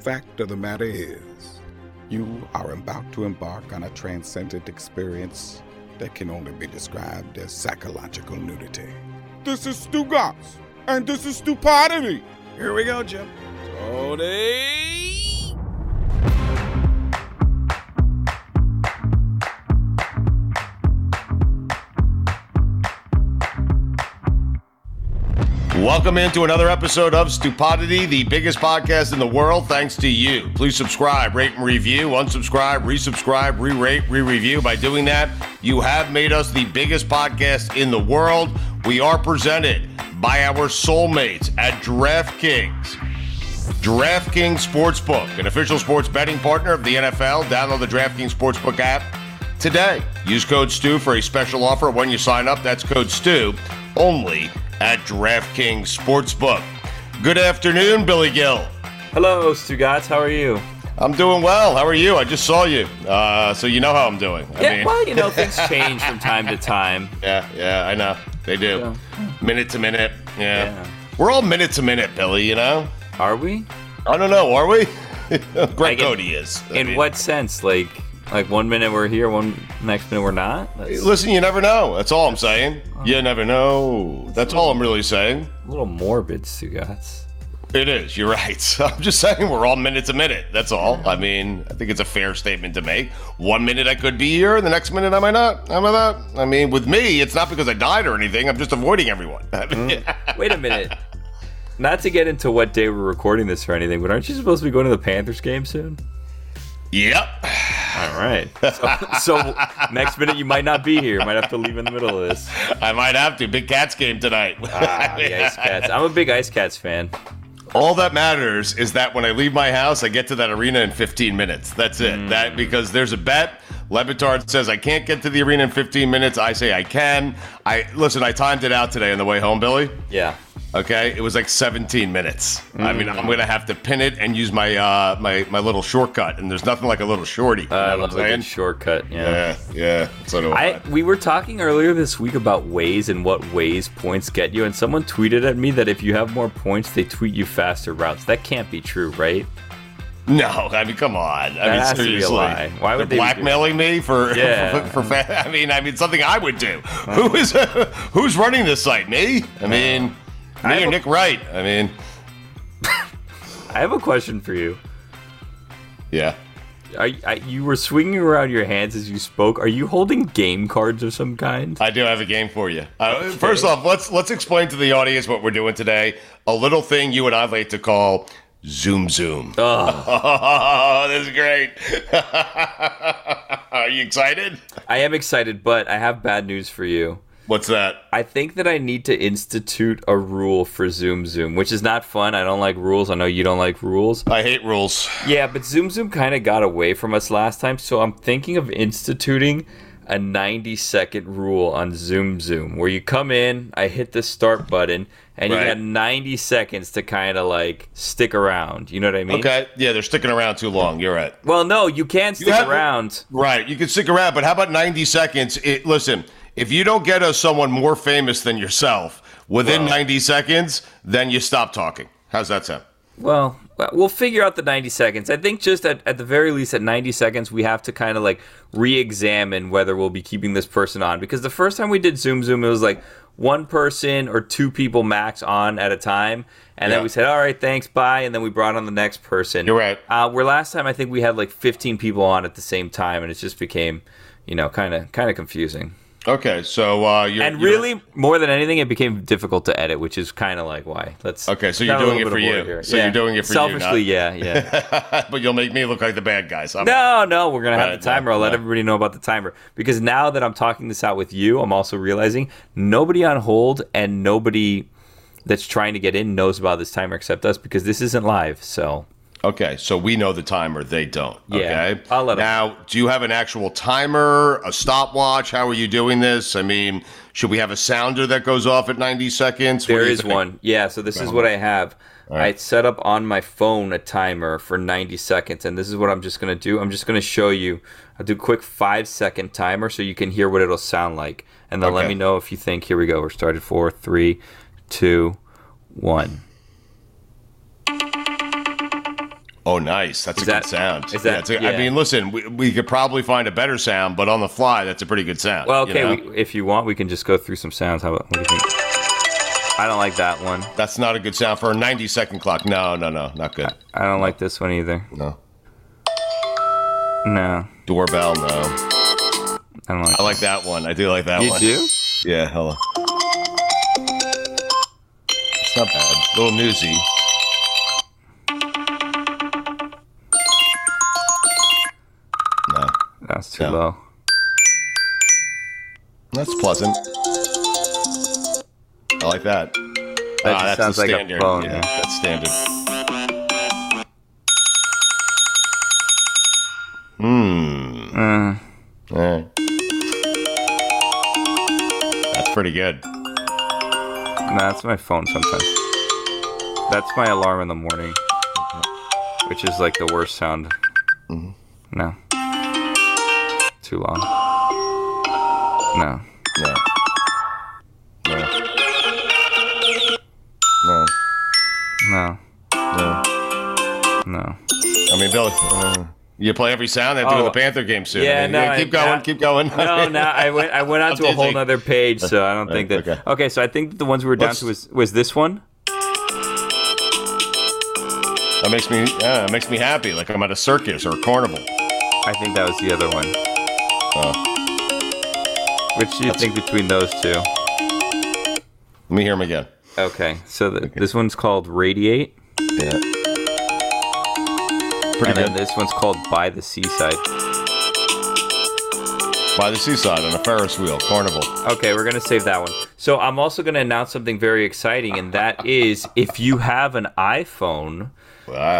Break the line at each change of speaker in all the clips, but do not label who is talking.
fact of the matter is, you are about to embark on a transcendent experience that can only be described as psychological nudity.
This is Stu Goss, and this is stupidity.
Here we go, Jim. Tony!
Welcome into another episode of Stupidity, the biggest podcast in the world, thanks to you. Please subscribe, rate, and review, unsubscribe, resubscribe, re rate, re review. By doing that, you have made us the biggest podcast in the world. We are presented by our soulmates at DraftKings. DraftKings Sportsbook, an official sports betting partner of the NFL. Download the DraftKings Sportsbook app today. Use code STU for a special offer when you sign up. That's code STU only at DraftKings Sportsbook. Good afternoon, Billy Gill.
Hello, Stugatz. How are you?
I'm doing well. How are you? I just saw you, uh, so you know how I'm doing.
Yeah, I mean, well, you know things change from time to time.
Yeah, yeah, I know they do. Yeah. Minute to minute. Yeah. yeah. we're all minute to minute, Billy. You know?
Are we?
I don't know. Are we? Greg like Cody is.
I in mean. what sense? Like, like one minute we're here, one next minute we're not.
That's... Listen, you never know. That's all I'm saying. You never know. That's all I'm really saying.
A little morbid, Sugats.
It is. You're right. I'm just saying we're all minute to minute. That's all. I mean, I think it's a fair statement to make. One minute I could be here, the next minute I might not. How about that? I mean, with me, it's not because I died or anything. I'm just avoiding everyone. I
mean, Wait a minute. Not to get into what day we're recording this or anything, but aren't you supposed to be going to the Panthers game soon?
Yep.
All right. So, so, next minute you might not be here. You might have to leave in the middle of this.
I might have to. Big Cats game tonight.
Ah, the Ice Cats. I'm a big Ice Cats fan.
All that matters is that when I leave my house, I get to that arena in 15 minutes. That's it. Mm. That because there's a bet. Levitard says I can't get to the arena in 15 minutes. I say I can. I listen. I timed it out today on the way home, Billy.
Yeah.
Okay, it was like 17 minutes. Mm. I mean, I'm gonna have to pin it and use my uh, my my little shortcut, and there's nothing like a little shorty.
Uh, I love a good shortcut.
Yeah, yeah. yeah so do I,
I. We were talking earlier this week about ways and what ways points get you, and someone tweeted at me that if you have more points, they tweet you faster routes. That can't be true, right?
No, I mean, come on. I that mean,
has seriously. To be a lie. Why
would they're they blackmailing me for,
yeah.
for, for, for I mean, I mean, something I would do. Oh. Who is who's running this site? Me? I mean. Oh. Me I or Nick a, Wright? I mean,
I have a question for you.
Yeah.
Are, I, you were swinging around your hands as you spoke. Are you holding game cards of some kind?
I do have a game for you. Uh, First off, let's let's explain to the audience what we're doing today. A little thing you and I like to call Zoom Zoom. Oh, this is great. Are you excited?
I am excited, but I have bad news for you.
What's that?
I think that I need to institute a rule for Zoom Zoom, which is not fun. I don't like rules. I know you don't like rules.
I hate rules.
Yeah, but Zoom Zoom kind of got away from us last time, so I'm thinking of instituting a 90 second rule on Zoom Zoom where you come in, I hit the start button, and you
Right.
got 90 seconds to kind of like stick around. You know what I mean?
Okay. Yeah, they're sticking around too long. You're right.
Well, no, you can stick
have-
around.
Right. You can stick around, but how about 90 seconds? It, listen, if you don't get us someone more famous than yourself within 90 seconds, then you stop talking. How's that sound?
Well, we'll figure out the 90 seconds. I think just at, at the very least, at 90 seconds, we have to kind of like re examine whether we'll be keeping this person on. Because the first time we did Zoom Zoom, it was like one person or two people max on at a time. And
Yeah.
then we said, all right, thanks, bye. And then we brought on the next person. You're
right.
Uh, where last time, I think we had like 15 people on at the same time. And it just became, you know, kind of kind of confusing.
Okay. So uh, you're.
and
you're-
really, more than anything, it became difficult to edit, which is kind of like why. Let's
Okay, so you're
got a
doing it
little
for
bit of
you.
order here.
So
Yeah.
you're doing it for
Selfishly,
you.
yeah, yeah.
yeah. but you'll make me look like the bad guy. So I'm-
No, no, we're gonna have
Um, Right,
the timer. I'll let everybody know about the timer because now that I'm talking this out with you, I'm also realizing nobody on hold and nobody that's trying to get in knows about this timer except us because this isn't live. So
Okay, so we know the timer. They don't.
Yeah,
okay? I'll let now, do you have an actual timer, a stopwatch? How are you doing this? I mean, should we have a sounder that goes off at 90 seconds?
there is one. Yeah. So this is what I have. I set up on my phone a timer for 90 seconds, and this is what I'm just gonna do. I'm just gonna show you. I'll do a quick five second timer so you can hear what it'll sound like, and then let
Okay.
me know if you think. Here we go. We're started four, three, two, one.
Oh, nice. That's a
that-
good sound.
is that-
Yeah, it's a- I
yeah.
mean, listen, we, we could probably find a better sound, but on the fly, that's a pretty good sound.
Well,
you
okay.
know?
we, if you want, we can just go through some sounds. How about? What do you think? I don't like that one.
that's not a good sound for a 90 second clock. No, no, no, not good.
I don't like this one either.
No.
No.
Doorbell, no. I
don't like
I like that one. I do like that
You
one.
do?
Yeah, hello. It's not bad. A little newsy. No.
That's too low.
That's pleasant. I like that.
Ah,
Ah,
That just
that's the
sounds like a
standard.
phone,
Yeah,
yeah.
that's standard. Hmm.
Eh.
Eh. All right. That's pretty good.
No, that's my phone sometimes. That's my alarm in the morning, which is like the worst sound. No. Too long. No.
No. No. No.
No.
No.
No.
I mean, Bill, uh, you play every sound after
Oh.
the Panther game soon.
Yeah,
I mean,
no, I-
keep going,
now-
keep going.
No, no, I went. I went on to a
I'm
whole
dizzy.
other page, so I don't think that.
Okay.
Okay, so I think that the ones we were down
Let's-
to was was this one.
That makes me, yeah, it makes me happy. Like I'm at a circus or a carnival.
I think that was the other one.
Oh,
Which do you think between those two?
let me hear him again.
Okay, so th- this one's called Radiate.
Yeah.
and
Pretty
then this one's called By the Seaside.
By the seaside on a Ferris wheel, carnival.
Okay, we're gonna save that one. So I'm also gonna announce something very exciting, and that is if you have an iPhone,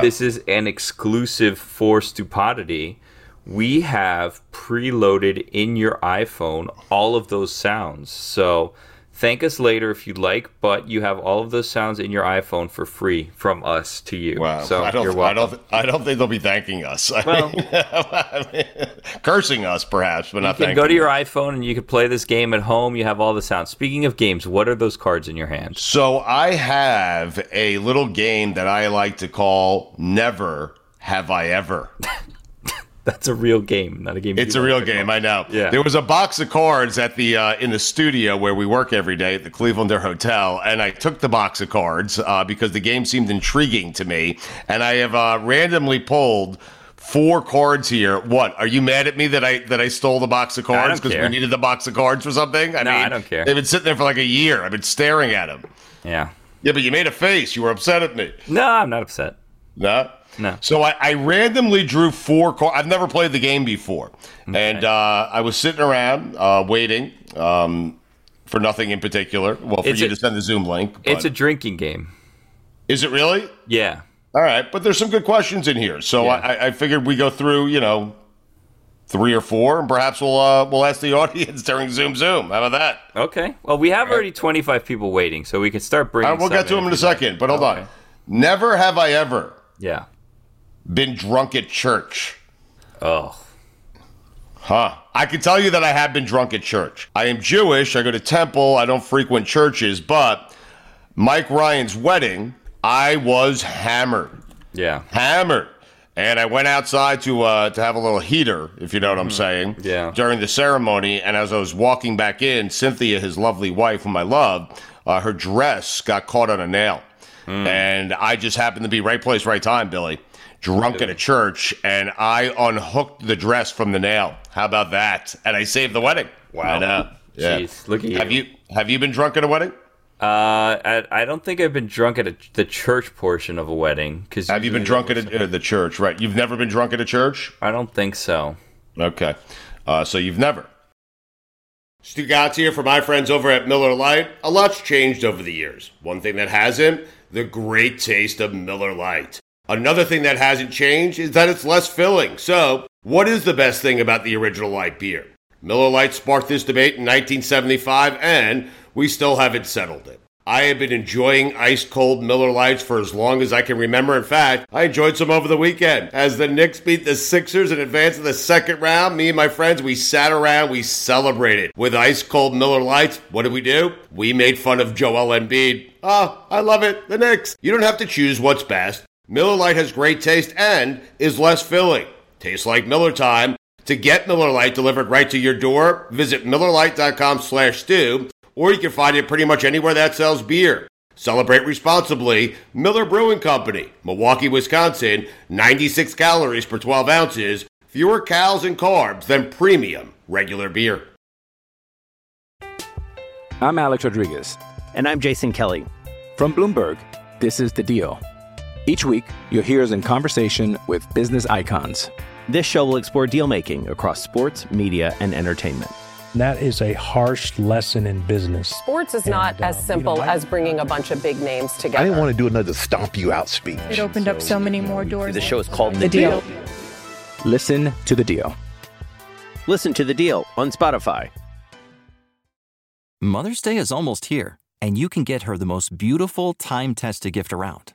this is an exclusive for Stupidity. We have preloaded in your iPhone all of those sounds. So thank us later if you'd like, but you have all of those sounds in your iPhone for free from us to you.
Wow.
So
I don't,
you're
I
welcome.
don't, I don't think they'll be thanking us. I
Well-
mean, I mean, cursing us perhaps, but
you
not
can
thanking.
go to
us.
your iPhone and you can play this game at home. You have all the sounds. Speaking of games, what are those cards in your hand?
So I have a little game that I like to call Never Have I Ever.
That's a real game, not a game.
It's
you
a
like
real
to
game, I know.
Yeah.
There was a box of cards at the uh, in the studio where we work every day at the Clevelander Hotel, and I took the box of cards uh, because the game seemed intriguing to me, and I have uh, randomly pulled four cards here. What are you mad at me that I that I stole the box of
I don't
cards because we
care.
needed the box of cards for something? I
No,
mean,
I don't care.
They've been sitting there for like a year. I've been staring at them.
Yeah.
Yeah, but you made a face. You were upset at me.
No, I'm not upset.
No.
No.
So I, I randomly drew four cards. I've never played the game before, and uh, I was sitting around uh, waiting um, for nothing in particular. Well, for
It's
you
a-
to send the Zoom link.
It's
but-
a drinking game.
Is it really?
Yeah.
All right, but there's some good questions in here, so I I, I figured we go through, you know, three or four, and perhaps we'll uh, we'll ask the audience during Zoom Zoom. How about that?
Okay. Well, we have already 25 people waiting, so we can start bringing.
All right, we'll
some
get to them in a
if you'd like.
second, but hold on. Never have I ever
Yeah.
been drunk at church.
Oh.
Huh. I can tell you that I have been drunk at church. I am Jewish. I go to temple. I don't frequent churches, but Mike Ryan's wedding, I was hammered.
Yeah.
hammered. And I went outside to uh, to have a little heater, if you know what I'm saying.
Mm-hmm. Yeah.
During the ceremony, and as I was walking back in, Cynthia, his lovely wife, whom I love, uh, her dress got caught on a nail,
Mm.
and I just happened to be right place, right time, Billy, drunk at a church, and I unhooked the dress from the nail. How about that? And I saved the wedding. Wow. I know. Yeah.
Jeez, look at
Have you have you been drunk at a wedding?
Uh, I, I don't think I've been drunk at a, the church portion of a wedding. Cause
Have you been drunk at a, uh, the church? Right. You've never been drunk at a church?
I don't think so.
Okay. Uh, so you've never. Stu Gatz here for my friends over at Miller Lite. A lot's changed over the years. One thing that hasn't, the great taste of Miller Lite. Another thing that hasn't changed is that it's less filling. So, what is the best thing about the original light beer? Miller Lite sparked this debate in 1975, and we still haven't settled it. I have been enjoying ice cold Miller Lights for as long as I can remember. In fact, I enjoyed some over the weekend. As the Knicks beat the Sixers in advance of the second round, me and my friends, we sat around, we celebrated. With ice cold Miller Lights, what did we do? We made fun of Joel Embiid. Oh, I love it. The Knicks. You don't have to choose what's best. Miller Lite has great taste and is less filling. Tastes like Miller time. To get Miller Lite delivered right to your door, visit MillerLite.com slash stew, or you can find it pretty much anywhere that sells beer. Celebrate responsibly. Miller Brewing Company, Milwaukee, Wisconsin, 96 calories per 12 ounces, fewer calories and carbs than premium regular beer.
I'm Alex Rodriguez.
And I'm Jason Kelly.
From Bloomberg, this is The Deal. Each week, you'll hear us in conversation with business icons.
This show will explore deal making across sports, media, and entertainment.
And that is a harsh lesson in business.
Sports is not
um,
as simple as bringing a bunch of big names together.
I didn't want to do another stomp you out speech.
It opened up so many more doors.
The
show is
called
The Deal.
Listen to The Deal.
Listen to the deal on Spotify.
Mother's Day is almost here, and you can get her the most beautiful time tested gift around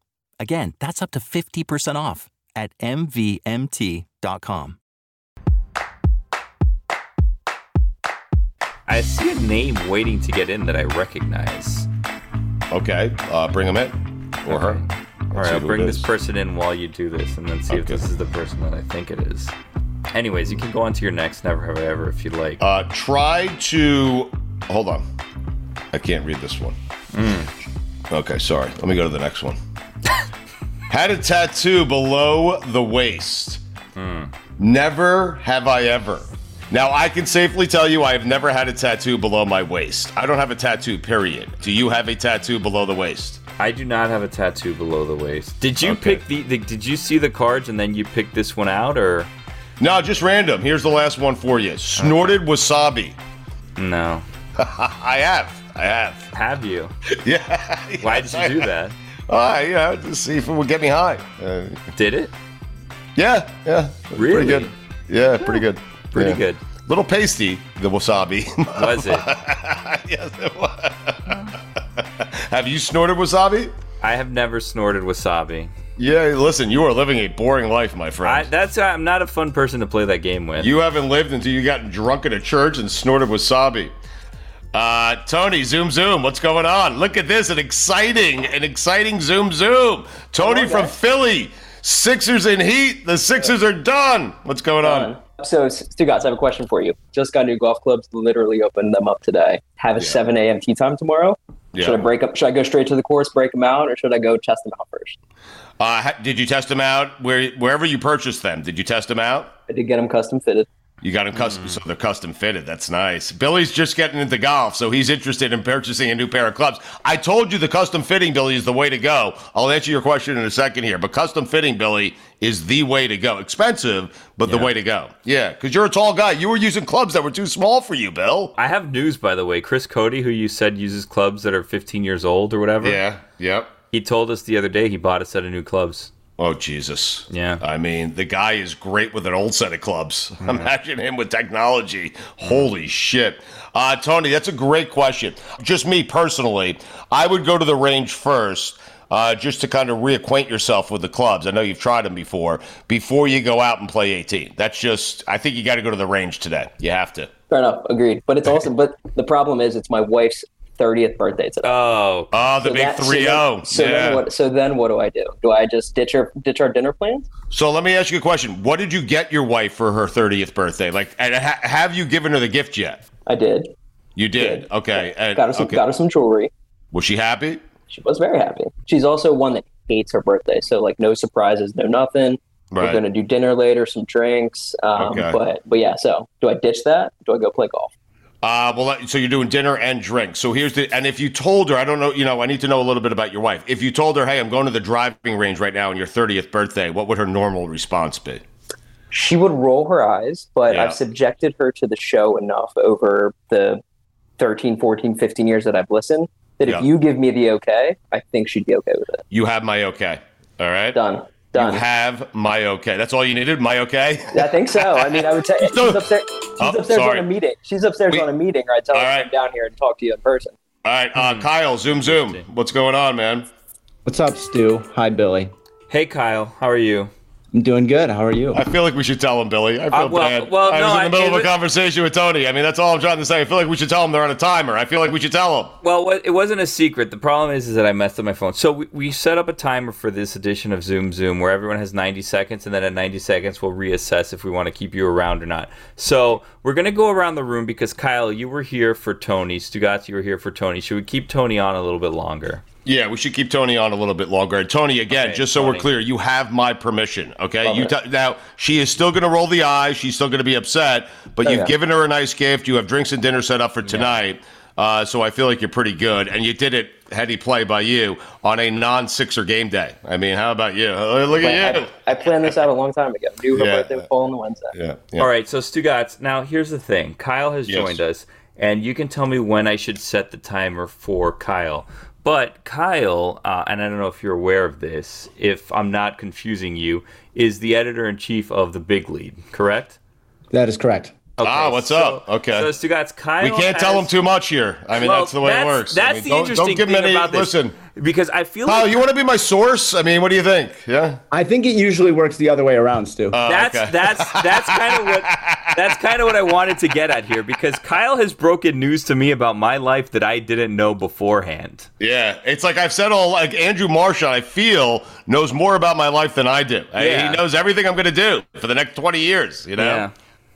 Again, that's up to 50% off at MVMT.com.
I see a name waiting to get in that I recognize.
Okay, uh, bring him in. Or her.
All
Let's
right,
see
I'll
who
bring
it
this
is.
person in while you do this, and then see if
Okay.
this is the person that I think it is. Anyways, you can go on to your next Never Have I Ever if you'd like.
Uh, try to. Hold on. I can't read this one. Okay, sorry. Let me go to the next one. Had a tattoo below the waist. Never have I ever. Now, I can safely tell you I have never had a tattoo below my waist. I don't have a tattoo, period. Do you have a tattoo below the waist?
I do not have a tattoo below the waist. Did you pick the, the? Did you see the cards and then you picked this one out, or
No, just random. Here's the last one for you. Snorted wasabi.
no?
I have. I have.
Have you?
Yeah.
Why did you do that?
Ah, you know, to see if it would get me high. Uh,
Did it?
Yeah, yeah.
Really?
Pretty good. Yeah, pretty good.
Pretty
Yeah.
good.
Little pasty, the wasabi.
Was it?
yes, it was. have you snorted wasabi?
I have never snorted wasabi.
Yeah, listen, you are living a boring life, my
I,
friend.
that's I'm not a fun person to play that game with.
you haven't lived until you got drunk at a church and snorted wasabi. Uh, Tony, zoom, zoom. What's going on? Look at this. An exciting, an exciting zoom, zoom. Tony from Philly. Sixers in heat. The Sixers are done. What's going on?
Uh, So, Stugatz, I have a question for you. Just got new golf clubs. Literally opened them up today. Have a 7 a.m. tee time tomorrow.
Yeah.
Should I break up? Should I go straight to the course, break them out, or should I go test them out first?
Uh, ha- did you test them out where wherever you purchased them? Did you test them out?
I did get them custom fitted.
You got them custom, so they're custom fitted. That's nice. Billy's just getting into golf, so he's interested in purchasing a new pair of clubs. I told you the custom fitting, Billy, is the way to go. I'll answer your question in a second here, but custom fitting, Billy, is the way to go. Expensive, but the way to go. Yeah, because you're a tall guy. You were using clubs that were too small for you, Bill.
I have news, by the way. Chris Cody, who you said uses clubs that are 15 years old or whatever.
Yeah. Yep.
He told us the other day he bought a set of new clubs.
Oh Jesus!
Yeah.
I mean, the guy is great with an old set of clubs. Imagine him with technology. Holy shit. Uh, Tony, that's a great question. Just me personally, I would go to the range first. Uh, just to kind of reacquaint yourself with the clubs. I know you've tried them before. Before you go out and play 18, that's just. I think you got to go to the range today. You have to.
Fair enough. Agreed. But it's also, but the problem is, it's my wife's 30th birthday today.
Oh,
oh, the big three zero.
So, then what, so then what do I do? Do I just ditch our, ditch our dinner plans?
So let me ask you a question. What did you get your wife for her 30th birthday? Like, and ha- have you given her the gift yet?
I did.
You did? Okay. And-
Got her some,
okay.
got her some jewelry.
Was she happy?
She was very happy. She's also one that hates her birthday. So like no surprises, no nothing.
Right.
We're gonna do dinner later, some drinks. Um,
Okay.
But but yeah. So do I ditch that? Do I go play golf?
Uh, well, so you're doing dinner and drinks. So here's the, and if you told her, I don't know, you know, I need to know a little bit about your wife. If you told her, hey, I'm going to the driving range right now on your 30th birthday, what would her normal response be?
She would roll her eyes, but
Yeah.
I've subjected her to the show enough over the 13, 14, 15 years that I've listened that
Yeah.
if you give me the okay, I think she'd be okay with it.
You have my okay. All right.
Done. Done.
You have my okay. That's all you needed? My okay?
I think so. I mean, I would say she's upstairs, she's
Oh,
upstairs
sorry.
on a meeting. She's upstairs on a meeting, or I tell her to come down here and talk to you in person.
All right. Uh, Kyle, zoom, zoom. What's going on, man?
What's up, Stu? Hi, Billy.
Hey, Kyle. How are you?
I'm doing good. How are you?
I feel like we should tell him, Billy. I feel
Uh, well-
bad.
well,
I
no,
was in
I-
the middle
it
of a
was-
conversation with Tony. I mean, that's all I'm trying to say. I feel like we should tell him they're on a timer. I feel like we should tell him.
Well, what- it wasn't a secret. The problem is, is that I messed up my phone. So we, we set up a timer for this edition of Zoom Zoom where everyone has 90 seconds, and then at 90 seconds we'll reassess if we want to keep you around or not. So we're gonna go around the room because Kyle, you were here for Tony. Stugatz, you were here for Tony. Should we keep Tony on a little bit longer?
Yeah, we should keep Tony on a little bit longer. And Tony, again,
Okay,
just so
Tony.
we're clear, you have my permission. Okay,
Love
you
it.
t- now she is still going to roll the eye. She's still going to be upset, but
Oh,
you've
yeah.
given her a nice gift. You have drinks and dinner set up for tonight. Uh, so I feel like you're pretty good, and you did it heady play by you on a non-sixer game day. I mean, how about you? Uh, Look at you.
Plan- I, I planned this out a long time ago. Knew her
Yeah.
birthday would fall on the Wednesday.
Yeah.
All right, so Stugatz, now here's the thing. Kyle has
Yes.
joined us, and you can tell me when I should set the timer for Kyle. But Kyle, uh, and I don't know if you're aware of this, if I'm not confusing you, is the editor in chief of The Big Lead, correct?
That is correct.
ah, what's up? Okay.
So Stugatz, Kyle.
we can't tell
has-
him too much here. I mean,
Well,
that's the way it
that's-
works. I
that's
mean,
the
don't-
interesting
don't give him
thing
any-
about this.
Listen,
because I feel
Kyle,
like
you want to be my source? I mean, what do you think? Yeah. Uh,
I think it usually works the other way around, Stu.
Oh,
that's that's that's kind of what that's kind of what I wanted to get at here because Kyle has broken news to me about my life that I didn't know beforehand.
Yeah, it's like I've said all like Andrew Marshall. I feel knows more about my life than I do. I-
Yeah.
he knows everything I'm going to do for the next 20 years. You know.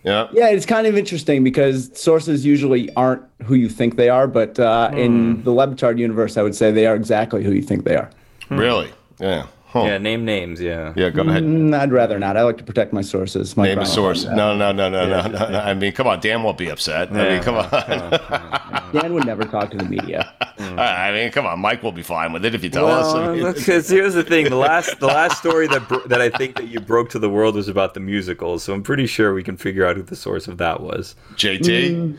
Yeah.
Yeah, it's kind of interesting because sources usually aren't who you think they are, but uh,
Hmm.
in the Levitard universe, I would say they are exactly who you think they are.
Hmm. Really? Yeah. Huh.
Yeah. Name names. Yeah.
Yeah. Go ahead.
Mm, I'd rather not. I like to protect my sources. My
Name a
ground.
source. No, no, no, no,
Yeah.
no, no, no. I mean, come on. Dan won't be upset. I
Yeah.
mean, come on.
Dan would never talk to the media.
I mean, come on. Mike will be fine with it if you tell us. I mean,
Well, because here's the thing: the last the last story that bro- that I think that you broke to the world was about the musicals. So I'm pretty sure we can figure
Mm.
out who the source of that was.
JT.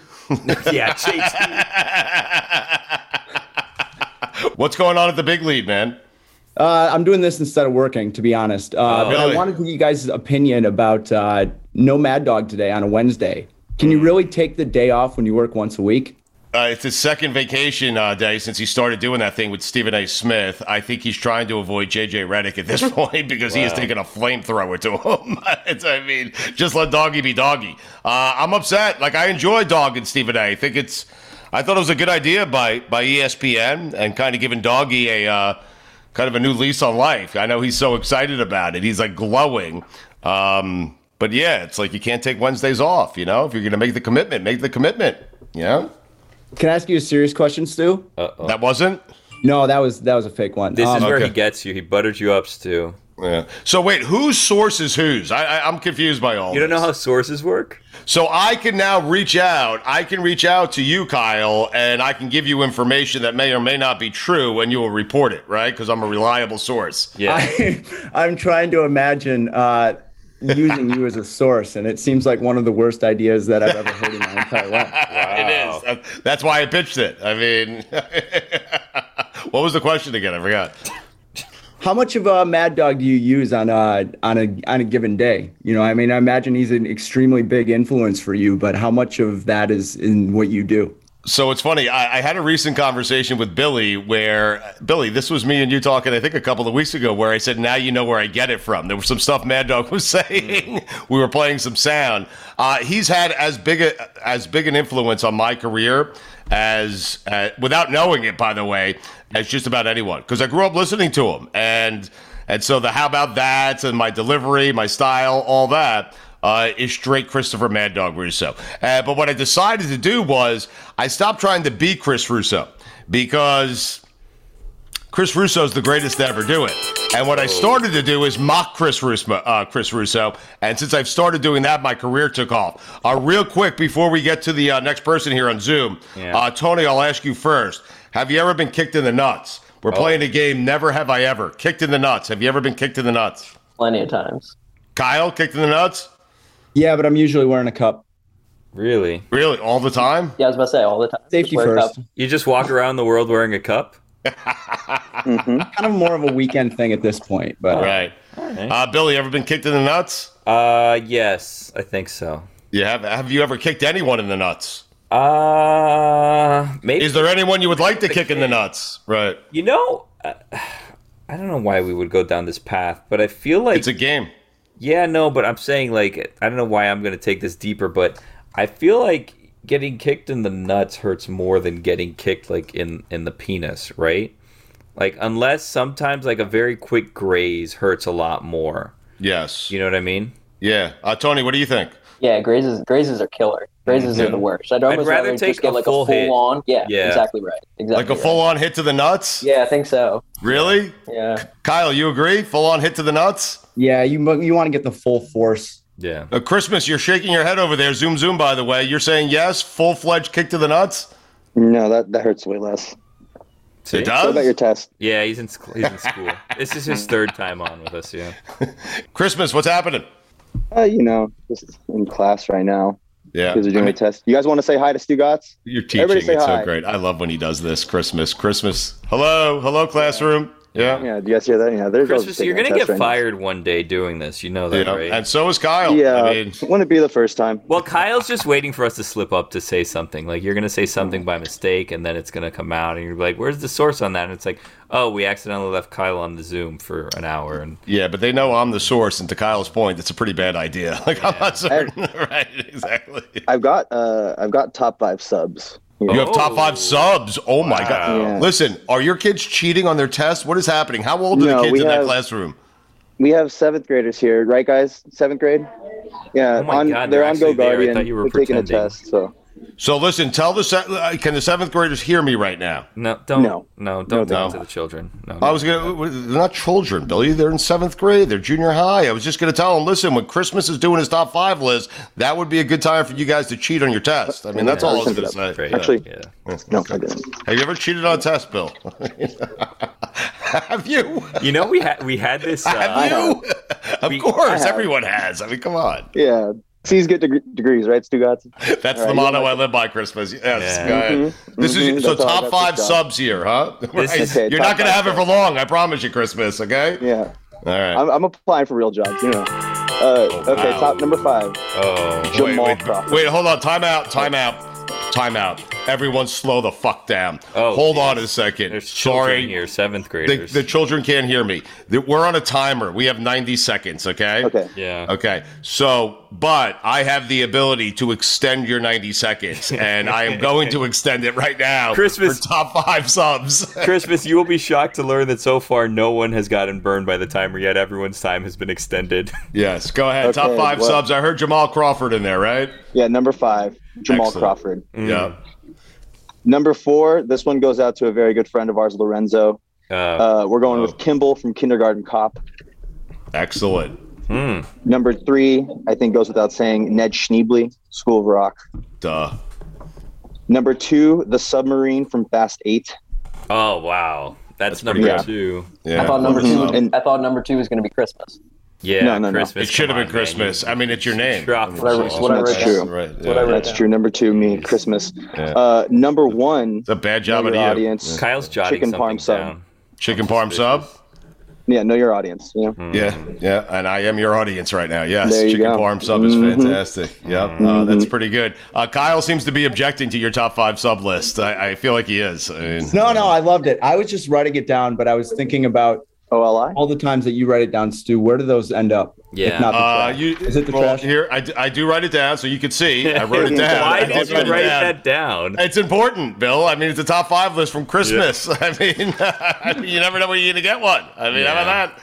yeah, JT.
What's going on at the big lead, man?
Uh, I'm doing this instead of working, to be honest. Uh,
Oh.
but
Really?
I wanted to get you guys' opinion about uh, no Mad Dog today on a Wednesday. Can you really take the day off when you work once a week?
Uh, it's his second vacation uh, day since he started doing that thing with Stephen A. Smith. I think he's trying to avoid JJ Redick at this point because he has
Wow.
taken a flamethrower to him. it's, I mean, just let doggy be doggy. Uh, I'm upset. Like I enjoy Dog and Stephen A. I think it's, I thought it was a good idea by by E ESPN and kind of giving Doggy a uh, kind of a new lease on life. I know he's so excited about it. He's like glowing. Um, but yeah, it's like you can't take Wednesdays off. You know, if you're going to make the commitment, make the commitment. Yeah.
Can I ask you a serious question, Stu?
That wasn't.
No, that was that was a fake one.
This is
Um,
where he gets you. He buttered you up, Stu.
Yeah. So wait, whose source is whose? I, I I'm confused by all.
You don't know
this.
how sources work?
So I can now reach out. I can reach out to you, Kyle, and I can give you information that may or may not be true, and you will report it, right? Because I'm a reliable source.
I, I'm trying to imagine uh, using you as a source, and it seems like one of the worst ideas that I've ever heard in my entire life.
it is. That's why I pitched it. I mean, what was the question again? I forgot.
How much of a Mad Dog do you use on a on a on a given day? You know, I mean, I imagine he's an extremely big influence for you, but how much of that is in what you do?
So it's funny. I, I had a recent conversation with Billy where Billy, this was me and you talking, I think a couple of weeks ago, where I said, "Now you know where I get it from." There was some stuff Mad Dog was saying. we were playing some sound. Uh, he's had as big a, as big an influence on my career as uh, without knowing it, by the way, as just about anyone because I grew up listening to him and. And so the how about that and my delivery, my style, all that uh, is straight Christopher Mad Dog Russo. Uh, but what I decided to do was I stopped trying to be Chris Russo because Chris Russo's the greatest to ever do it. And what I started to do is mock Chris Russo, uh, Chris Russo. And since I've started doing that, my career took off. Uh, real quick, before we get to the uh, next person here on Zoom, uh, Tony, I'll ask you first. Have you ever been kicked in the nuts? We're playing a game, Never Have I Ever. Kicked in the nuts. Have you ever been kicked in the nuts?
Plenty of times.
Kyle, kicked in the nuts?
Yeah, but I'm usually wearing a cup.
Really?
Really? All the time?
Yeah, I was about to say all the time.
Safety
Wear a
first.
cup.
You just walk around the world wearing a cup?
Mm-hmm.
Kind of more of a weekend thing at this point, but
Right. Uh, Billy, ever been kicked in the nuts?
Uh, yes, I think so.
You have? Have you ever kicked anyone in the nuts?
Uh, maybe.
Is there anyone you would like to kick in the nuts? Right.
You know, uh, I don't know why we would go down this path, but I feel like it's a
game.
Yeah, no, but I'm saying like I don't know why I'm going to take this deeper, but I feel like getting kicked in the nuts hurts more than getting kicked like in in the penis, right? Like unless sometimes like a very quick graze hurts a lot more.
Yes.
You know what I mean?
Yeah. Uh, Tony, what do you think?
Yeah, grazes grazes are killer. Grazes
Yeah.
are the worst. I'd almost
I'd rather
just
take
get
a
like
full
a full
hit.
on. Yeah,
Yeah.
exactly right. Exactly.
like a full on hit to the nuts?
Yeah, I think so.
Really?
Yeah.
Kyle, you agree? Full on hit to the nuts?
yeah, you mu- you want to get the full force.
Yeah.
Uh, Christmas, you're shaking your head over there. Zoom, zoom, by the way. You're saying yes, full fledged kick to the nuts?
No, that, that hurts way less.
It
What about
does?
your test?
Yeah, he's in sc- he's in school. this is his third time on with us, yeah.
Christmas, what's happening?
Uh, you know, just in class right now.
Yeah.
Because we're doing
I mean-
a test. You guys want to say hi to Stu Gotts?
You're teaching.
Everybody
It's
say
so
hi.
great. I love when he does this. Christmas, Christmas. Hello, hello, classroom. Yeah.
Yeah, do you guys hear that? Yeah, there's
Christmas, you're going to get fired one day doing this. You know that,
Yeah,
right?
and so is Kyle.
Yeah, wouldn't it be the first time?
Well, Kyle's just waiting for us to slip up to say something. Like you're gonna say something by mistake, and then it's gonna come out, and you're like, "Where's the source on that?" And it's like, "Oh, we accidentally left Kyle on the Zoom for an hour." And
Yeah, but they know I'm the source, and to Kyle's point, it's a pretty bad idea. Like I'm not certain. right, exactly.
I've got uh, I've got top five subs.
You have top five subs. Oh my god!
Yeah.
Listen, are your kids cheating on their tests? What is happening? How old are
No,
the kids
we
in that
have-
classroom?
We have seventh graders here, right, guys? Seventh grade. Yeah,
Oh my
on,
God,
they're,
they're
on
actually
Go
there. I
Guardian.
thought you were
They're taking a
pretending.
test. So
So listen, tell the se- uh, can the seventh graders hear me right now?
No, don't.
No.
no, don't
No.
do it to the children. No,
I was gonna. w- w- They're not children, Billy. They're in seventh grade. They're junior high. I was just gonna tell them. Listen, when Christmas is doing his top five list, that would be a good time for you guys to cheat on your test. I mean, that's all I was gonna say. Yeah.
Actually, no, I didn't.
have you ever cheated on a test, Bill? have you?
You know, we had we had this. Uh,
Have you? of
we- uh,
course,
I have.
everyone has. I mean, come on.
Yeah, C's get deg- degrees, right, Stu Godson?
That's
All
the
right,
motto
yeah.
I live by, Christmas. Yes.
Yeah.
go ahead.
Mhm,
This
mhm,
is so
that's all I
top
got
five
this time.
subs here, huh?
This
Right.
is- Okay,
You're
top
not going to
five
have it for long. I promise you, Christmas. Okay.
Yeah.
All right.
I'm, I'm applying for real jobs, you know. Uh, okay,
wow.
top number five.
Oh, wait,
Jamal
wait,
Crawford.
wait, hold on. Time out. Time out. Time out. Everyone, slow the fuck down. Oh, hold on a second. Sorry,
here, seventh
the,
graders.
the children can't hear me. The- We're on a timer. We have 90 seconds, okay? Okay.
Yeah.
Okay. So, but I have the ability to extend your 90 seconds, and I am going to extend it right now.
Christmas-
For top five subs.
Christmas, you will be shocked to learn that so far no one has gotten burned by the timer yet. Everyone's time has been extended.
Yes, go ahead. top
Okay,
five
well-
subs. I heard Jamal Crawford in there, right?
Yeah, number five, Jamal
Excellent.
Crawford.
Yeah.
Number four, this one goes out to a very good friend of ours, Lorenzo. Uh, we're
Oh.
going with Kimball from Kindergarten Cop.
Excellent. Hmm.
Number three, I think goes without saying, Ned Schneebly, School of Rock.
Duh.
Number two, The Submarine from Fast Eight.
Oh wow, that's, number
good.
two.
I thought
Mhm.
number two-
And I thought number two was going to be Christmas.
Yeah,
No, no, no.
Christmas.
It should have been Christmas. I mean, it's your name. I mean,
What I-
it's-
what I
it's-
wrote down.
Right.
What
yeah.
I wrote That's down. true. Number two, me, Christmas.
Yeah.
Uh, number one,
It's a bad job
Know
at
your
you.
audience. Kyle's jotting Chicken something parm sub. down.
Chicken parm sub.
yeah, know your audience. You know?
Yeah, yeah, and I am your audience right now. Yes,
There you
chicken
go. Mm-hmm.
parm sub is
Mhm.
fantastic. Yep, uh, that's pretty good. Uh, Kyle seems to be objecting to your top five sub list. I, I feel like he is. I mean,
No, no, I loved it. I was just writing it down, but I was thinking about
OLI.
All the times that you write it down, Stu. Where do those end up? If not the
uh,
trash?
you,
is it the
well,
trash?
Here, I, d- I do write it down so you can see. I wrote it down.
Why
I
did you
write it
write
down.
that down?
It's important, Bill. I mean, it's a top five list from Christmas. I mean, you never know when you're going to get one. I mean, how about that?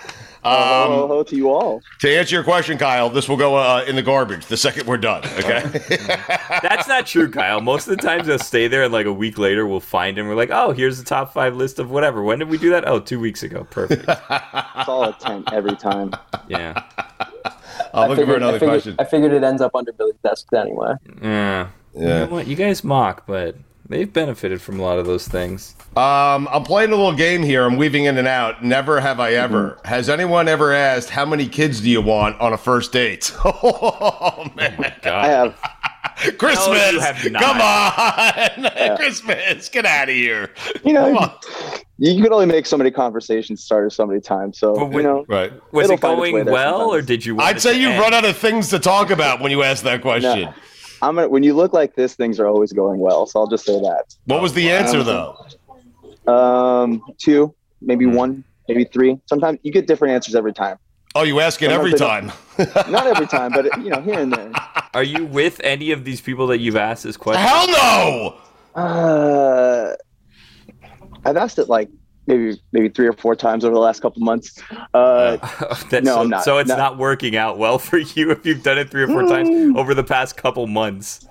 Oh, ho,
Um,
ho, ho to you all.
to answer your question, Kyle, this will go uh, in the garbage the second we're done. Okay.
That's not true, Kyle. Most of the times they'll stay there, and like a week later, we'll find him. We're like, oh, here's the top five list of whatever. When did we do that? Oh, two weeks ago. Perfect.
It's all a 10 every time.
Yeah.
I'm looking for
figured-
another
I figured,
question.
I figured it ends up under Billy's desk anyway.
Yeah. You know what? You guys mock, but they've benefited from a lot of those things.
Um, I'm playing a little game here. I'm weaving in and out. Never have I ever.
Mm-hmm.
Has anyone ever asked how many kids do you want on a first date? Oh man,
I have.
Christmas!
No, you have not.
Come on, Christmas! Get out of here.
You know, you can only make so many conversation starters so many times. So,
But
you
when-
know,
right?
Was
It'll
it
find its way
going
there
well, or did you? Want
I'd say you run out of things to talk about when you ask that question.
I'm gonna, when you look like this, things are always going well. So I'll just say that.
What was the answer though? Hmm.
Um, two, maybe one, maybe three. Sometimes you get different answers every time.
Oh, you ask it
Sometimes
every
they don't-
time.
Not every time, but you know, here and there.
Are you with any of these people that you've asked this question?
Hell no!
Uh, I've asked it like maybe maybe three or four times over the last couple months. Uh,
That-
No,
so,
I'm not.
so it's
No.
not working out well for you if you've done it three or four times
Mm.
over the past couple months.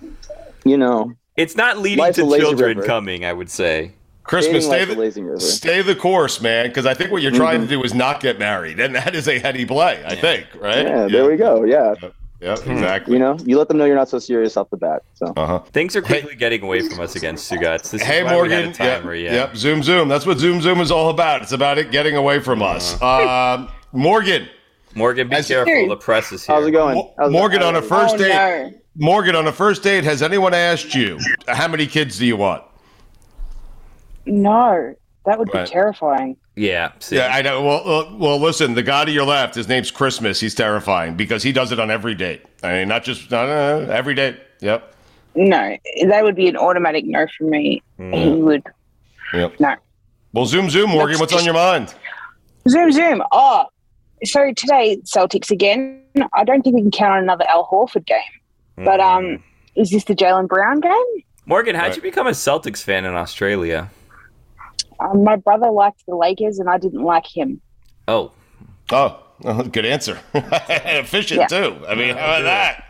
you know,
It's not leading
Life's a
to
lazy
children
river.
coming, I would say.
Christmas,
Dating
stay
life's a lazy
the,
river.
stay the course, man, because I think what you're trying
Mm-hmm.
to do is not get married, and that is a heady play, I think, right?
yeah, there we go. Yeah,
Yeah,
Hmm.
exactly.
you know, you let them know you're not so serious off the bat. So
Uh-huh.
Things are quickly getting away from us again, Sugats. This
hey
is why we had
Morgan,
a timer,
yep,
yeah.
yep, Zoom Zoom. That's what Zoom Zoom is all about. It's about it getting away from us. Um, Morgan,
Uh-huh. Morgan, be
As-
careful. The press is here.
how's it going? How's it-
Morgan on a first
Oh,
date.
no.
Morgan on a first date. Has anyone asked you how many kids do you want?
No, that would
Right.
be terrifying.
Yeah,
yeah, I know. Well, well, well, listen. The guy to your left, his name's Christmas. He's terrifying because he does it on every date. I mean, not just not, uh, every date. Yep.
No, that would be an automatic no for me.
Mm.
He would
Yep.
no.
Well, Zoom Zoom, Morgan. What's on your mind?
Zoom, zoom. Oh, so today Celtics again. I don't think we can count on another Al Horford game. But
Mm.
um, is this the Jalen Brown game?
Morgan, how'd
Right.
you become a Celtics fan in Australia?
Um, my brother liked the Lakers, and I didn't like him.
Oh,
Oh, oh, good answer. and efficient
Yeah.
too. I mean, how about that?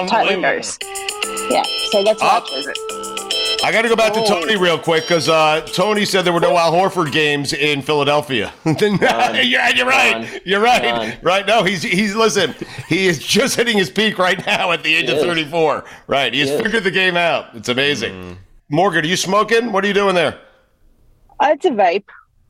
Totally knows. Yeah, so that's why I chose it.
I got to go back to Tony real quick because uh, Tony said there were no Al Horford games in Philadelphia. you're, and you're right. You're right. Right. No, he's he's listen. He is just hitting his peak right now at the age of
is.
34. Right. He Mm-hmm. has
He is.
figured the game out. It's amazing. Morgan, are you smoking? What are you doing there?
Oh, it's a vape.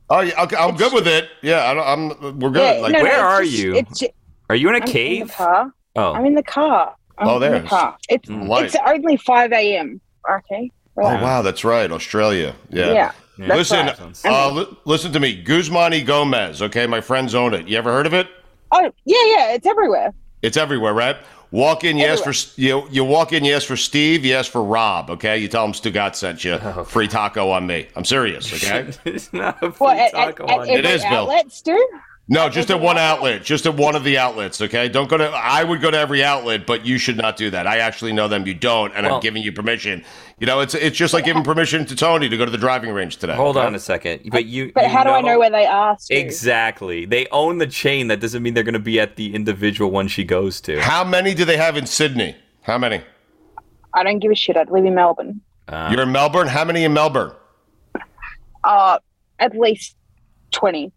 Oh, yeah, okay, I'm good with it. Yeah, I don't, I'm. We're good.
Yeah,
like,
no, no,
where
it's
are
just-
you?
it's ju-
Are you in a
I'm In the
cave?
car.
Oh.
I'm in the car.
Oh, there.
the car. It's,
Light.
it's only 5 a.m. Okay.
Oh wow, that's right, Australia. Yeah.
Yeah, Yeah. that's
Listen,
right.
uh, li- listen to me, Guzmani Gomez. Okay, my friends own it. You ever heard of it?
Oh, yeah, yeah. It's everywhere.
It's everywhere, right? Walk in, you ask for you. You walk in, you ask for Steve, you ask for Rob. Okay, you tell them Stu Gott sent you.
Oh,
Free taco on me. I'm serious. Okay.
it's not a
Well, at, at, at
It
every
is, Bill.
outlet, Stu?
No, just at one outlet. Just at one of the outlets. Okay. Don't go to. I would go to every outlet, but you should not do that. I actually know them. You don't, and
Well-
I'm giving you permission. You know, it's it's just like giving permission to Tony to go to the driving range today.
Hold on a second, but you.
But
you
how do I know where they are, Stu?
Exactly. They own the chain. That doesn't mean they're going to be at the individual one she goes to.
How many do they have in Sydney? How many?
I don't give a shit. I live in Melbourne.
Uh,
You're in Melbourne. How many in Melbourne?
Uh, at least 20.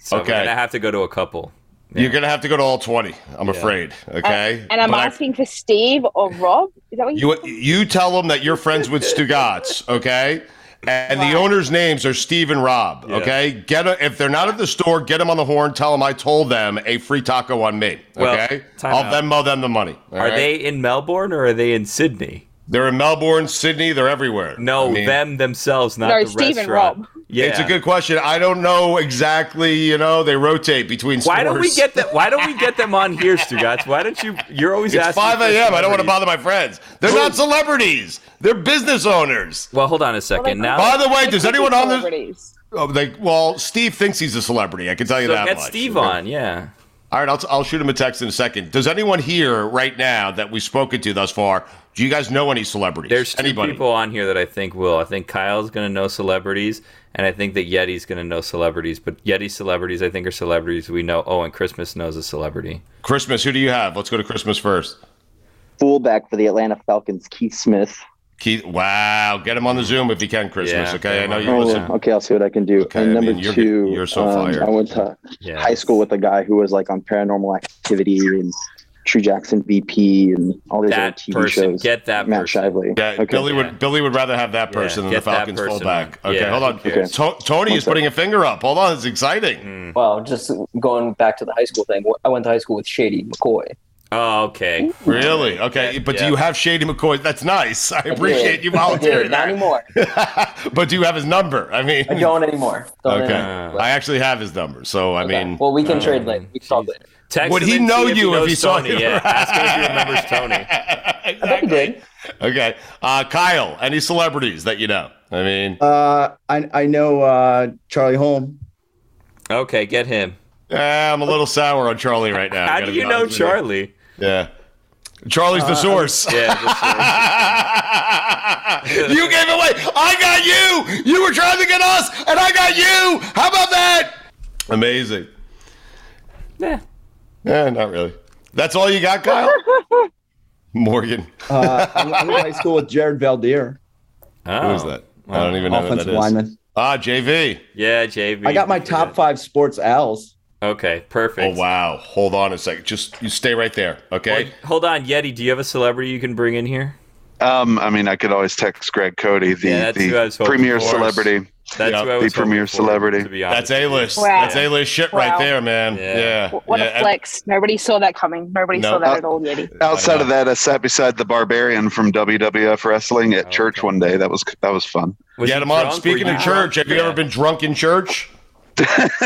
So
Okay.
We're going to have to go to a couple.
You're gonna have to go to all twenty. I'm afraid. Okay.
And I'm
But I-
asking for Steve or Rob. Is that what you
You you tell them that you're friends with Stugatz, okay? And the owners' names are Steve and Rob, okay? Get a, if they're not at the store, get them on the horn. Tell them I told them a free taco on me,
Well,
okay?
time
I'll
out.
Venmo them the money. all
are
right?
they in Melbourne or are they in Sydney?
They're in Melbourne, Sydney. They're everywhere.
No,
I mean-
them themselves, not
No,
the
Steve and
restaurant.
Rob.
Yeah,
It's a good question. I don't know exactly. You know, they rotate between.
Why don't we
stores.
get that? Why don't we get them on here, Stugatz? Why don't you? You're always
It's
asking.
5
for
a.m. I don't want to
celebrities.
bother my friends. They're not celebrities. They're business owners.
Well, hold on a second. Now,
By the way, does anyone on this?
Celebrities.
Oh, they, well, Steve thinks he's a celebrity. I can tell you
So
that.
get
much.
Steve
Okay.
on, yeah.
All right, I'll, I'll shoot him a text in a second. Does anyone here right now that we've spoken to thus far? Do you guys know any celebrities?
There's two
anybody?
people on here that I think will. I think Kyle's gonna know celebrities, and I think that Yeti's gonna know celebrities. But Yeti celebrities, I think, are celebrities we know. Oh, and Christmas knows a celebrity.
Christmas. Who do you have? Let's go to Christmas first.
Fullback for the Atlanta Falcons, Keith Smith.
Keith. Wow, get him on the Zoom if you can. Christmas.
Yeah,
okay, I
get
know
him
you
on.
Oh,
listen.
okay, I'll see what I can do.
Okay, I
and number
mean, you're-
two,
you're so
um,
fired.
I went to
Yeah.
high school with a guy who was like on Paranormal Activity and True Jackson VP and all these other
That
TV
person,
shows.
get that
Matt
person.
Shively.
Yeah, Billy would Billy would rather have that person than the
get that
Falcons
person
fullback.
on.
Okay,
Yeah,
hold on.
who cares?
To- Tony
One
is putting a finger up. Hold on, it's exciting.
Hmm.
Well, just going back to the high school thing, I went to high school with Shady McCoy.
Oh, okay.
Really? Okay, but do
yeah.
you have Shady McCoy? That's nice. I appreciate you volunteering. that.
Not anymore.
But do you have his number? I mean,
I don't anymore. Don't
okay.
anymore.
I actually have his number, so I mean, um,
Well, we can trade later. We can talk later.
Text
Would
him
he
and
know
see
you if
knows
he saw
Tony.
you?
Yeah, ask him if he remembers Tony.
exactly. Okay, uh, Kyle. Any celebrities that you know? I mean,
Uh, I I know uh, Charlie Holm.
Okay, get him.
eh, I'm a little sour on Charlie right now. I
How
gotta
do
be
you know
honest with you.
Charlie?
Yeah. Charlie's
Uh,
the source.
Yeah, uh, just-
you gave away. I got you. You were trying to get us, and I got you. How about that? Amazing.
yeah.
Yeah, not really. That's all you got, Kyle? Morgan.
Uh, I went I went to high school with Jared Valdir,
Oh.
Who is that? I don't even know who that
offensive
is.
lineman.
Ah, JV.
Yeah, JV.
I got my top five sports L's.
Okay, perfect.
Oh, wow. Hold on a second. Just you stay right there, okay?
Wait, hold on, Yeti. Do you have a celebrity you can bring in here?
Um, I mean, I could always text Greg Cody, the,
Yeah, that's who I
the
was hoping
premier
for.
celebrity.
That's
Yeah.
who
The
I was hoping
premier
for,
celebrity.
To be honest,
That's A list.
Wow.
That's A list shit right
Wow.
there, man.
Yeah.
Yeah.
What
yeah.
a flex. Nobody saw that coming. Nobody
No.
saw that
Uh,
at all, Yeti.
I
Outside
know.
of that, I sat beside the Barbarian from WWF Wrestling
Oh,
at church one day. That was that was fun.
Was
Get
he
him on.
drunk?
Speaking
Were
of
you
church, have
drunk?
you ever been drunk in church?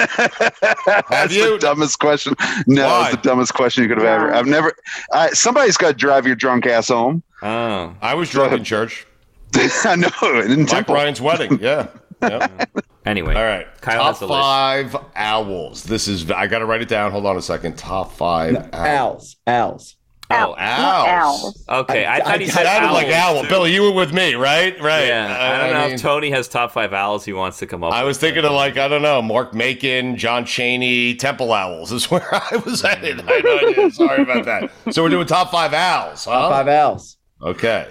That's
you?
the dumbest question. No,
Why?
it's the dumbest question you could have ever. I've never. I, somebody's got to drive your drunk ass home.
Oh,
I was drunk in church.
I know. In
Mike
temple.
Ryan's wedding. Yeah. Yep.
anyway.
All right.
Kyle
Top
has the list.
five owls. This is. I got to write it down. Hold on a second. Top five
L's.
owls.
L's.
Oh,
Owls.
okay. I, thought he
It
said
sounded like
owls,
owl.
too.
Billy, you were with me, right? Right. Uh,
Yeah, I don't know
mean,
if Tony has top five owls he wants to come up.
I was
with.
thinking of like I don't know, Mark Macon, John Cheney, Temple Owls is where I was headed. I had no
Oh,
idea. Sorry about that. So we're doing top five owls. Huh?
Top five
Oh.
L's.
Okay.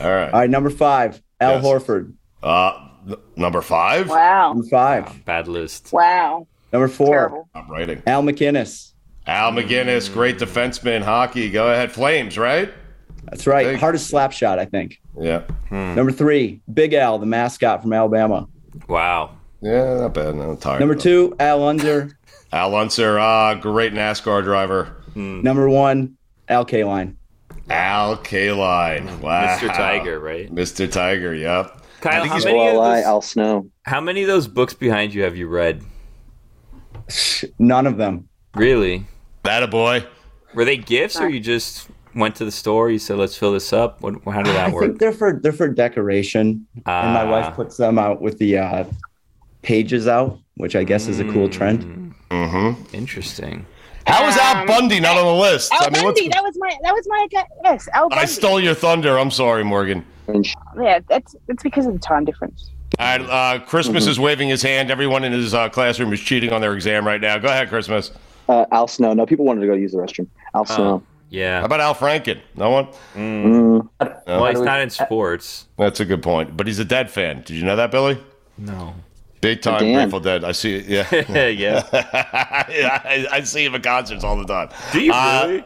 All right.
All right, number five, Al
Yes.
Horford.
Uh, n- number five.
Wow.
Number five.
bad list.
Wow.
Number four,
Terrible.
I'm writing.
Al McInnes.
Al McGinnis, great defenseman, hockey. Go ahead, Flames, right?
That's right.
Big.
Hardest slap shot, I think.
Yeah. Hmm.
Number three, Big Al, the mascot from Alabama.
Wow.
Yeah, not bad. I'm tired.
Number
of it.
two, Al Unser.
Hmm.
Al Unser, ah, great NASCAR driver.
Number one, Al Kaline.
Al Kaline. Wow.
Mr. Hmm. Tiger, right?
Mr. Tiger, yep.
Kyle, how
he's
many, of
walleye,
those,
Al Snow.
how many of those books behind you have you read?
None of them.
Really?
That a boy.
Were they gifts or you just went to the store? You said, let's fill this up? What, how did
I
that work?
think they're for they're for decoration, and my
Ah.
wife puts them out with the uh, pages out, which I guess is a cool trend.
Mm-hmm.
Interesting.
How is Al Bundy not on the list?
Um, Al
I mean, what's-
Bundy, that was my that was my gu- yes. Al Bundy.
I stole your thunder. I'm sorry, Morgan.
Yeah, that's it's because of the time difference.
All right, uh, Christmas
Mhm.
is waving his hand. Everyone in his uh, classroom is cheating on their exam right now. Go ahead, Christmas.
Uh, Al Snow. No, people wanted to go use the restroom.
Oh.
Al Snow.
Uh, Yeah.
How about Al Franken? No one?
Mm.
Well, he's not in sports.
That's a good point. But he's a Dead fan. Did you know that, Billy?
No.
Big time
Damn.
Grateful Dead. I see it. Yeah.
yeah.
yeah I, I see him at concerts all the time.
Do you
Uh,
really?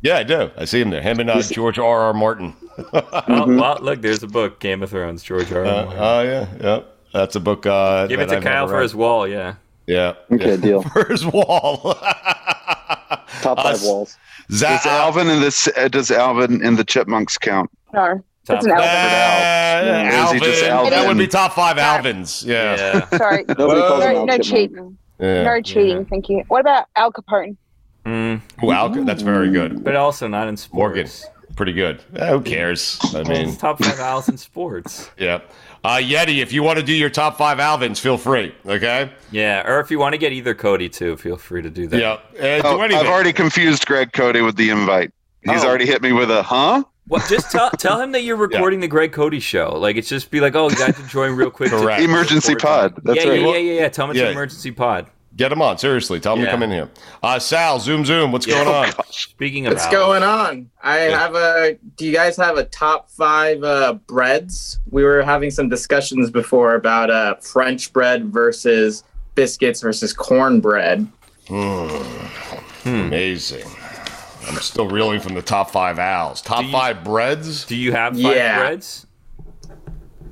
yeah, I do. I see him there. Him and uh, George R. R. Martin.
Oh, well, look, there's a book, Game of Thrones, George R. R.
Uh,
Martin.
oh yeah, yep. That's a book. Uh,
Give it
that
to
I've
Kyle
never
for
read.
his wall, yeah.
Yeah.
Okay, deal.
First wall.
Top five
Us-
walls.
Zach,
does Alvin and this uh, does Alvin and the Chipmunks count?
No,
Top
it's an album.
Uh,
Or is he just
Alvin. That
Alvin?
would be top five Alvins. Yeah.
Yeah.
Sorry, no,
Nobody calls him
no,
Al
no
Chipmunk.
cheating,
Yeah.
no cheating. Thank you. What about Al Capone?
Ooh, Al- that's very good.
Mm. But also not in sports.
Morgan, pretty good. Eh, who cares? I mean,
It's top five owls in sports.
yeah. Uh, Yeti, if you want to do your top five Alvins, feel free. Okay.
Yeah, or if you want to get either Cody too, feel free to do that.
Yeah. Uh,
Oh,
do anything.
I've already confused Greg Cody with the invite. He's
Oh.
already hit me with a huh.
Well, just tell tell him that you're recording the Greg Cody show. Like it's just be like, oh, guys, to join real quick. to-
Correct.
Emergency pod. That's
yeah,
right.
yeah, yeah, yeah, yeah. Tell him it's
Yeah.
an emergency pod.
Get him on. Seriously, tell him
Yeah.
to come in here. Uh, Sal, zoom, zoom. What's
Yeah.
going on?
Speaking of
What's
owls,
going on? I
Yeah.
have a. Do you guys have a top five uh, breads? We were having some discussions before about uh, French bread versus biscuits versus cornbread.
Hmm. Amazing. I'm still reeling from the top five owls. Top five breads.
Do you have five
Yeah.
breads?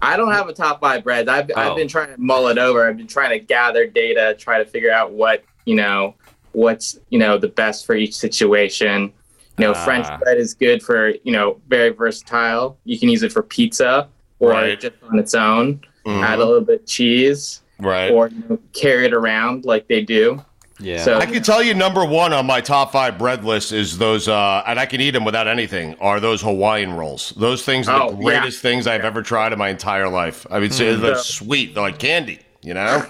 I don't have a top five breads. I've
Oh.
I've been trying to mull it over. I've been trying to gather data, try to figure out what you know, what's you know the best for each situation. You know, French
Ah.
bread is good for you know very versatile. You can use it for pizza or
Right.
just on its own.
Mhm.
Add a little bit of cheese
Right.
or you know, carry it around like they do.
Yeah.
So
I can tell you number one on my top five bread list is those, uh, and I can eat them without anything, are those Hawaiian rolls. Those things are
Oh,
the
yeah.
greatest things I've ever tried in my entire life. I mean, so
Mm.
they're sweet. They're like candy, you know?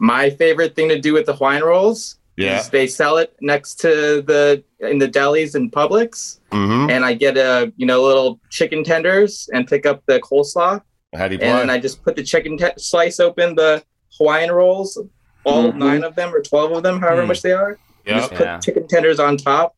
my favorite thing to do with the Hawaiian rolls
Yeah.
is they sell it next to the in the delis in Publix.
Mm-hmm.
and I get a you know little chicken tenders and pick up the coleslaw,
How do you
and then I
play?
just put the chicken te- slice open the Hawaiian rolls, all
Mhm.
nine of them or twelve of them, however
Mm.
much they are.
Yeah.
Put chicken tenders on top,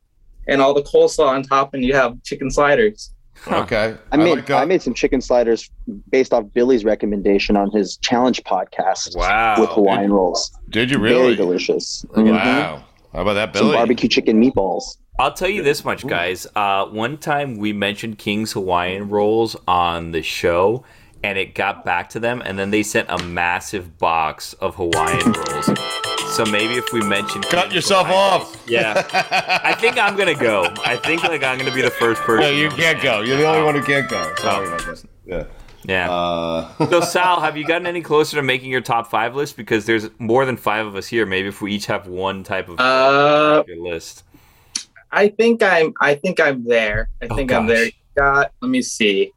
and all the coleslaw on top, and you have chicken sliders.
Okay.
I made
like, uh,
I made some chicken sliders based off Billy's recommendation on his challenge podcast
Wow.
with Hawaiian rolls.
Did you
Very
really?
delicious. Mhm.
Wow. How about that,
Some
Billy?
barbecue chicken meatballs.
I'll tell you this much, guys. Uh, one time we mentioned King's Hawaiian rolls on the show, and it got back to them, and then they sent a massive box of Hawaiian rolls. So maybe if we mention
Cut yourself off.
yeah, I think I'm gonna go. I think like I'm gonna be the first person.
No, you can't go. You're the only one who can't go. Sorry
Oh.
about that. Yeah.
Yeah.
Uh,
so Sal, have you gotten any closer to making your top five list? Because there's more than five of us here. Maybe if we each have one type of
Uh,
your list.
I think I'm I think I'm there. I
Oh,
think I'm
gosh.
there. Got let me see.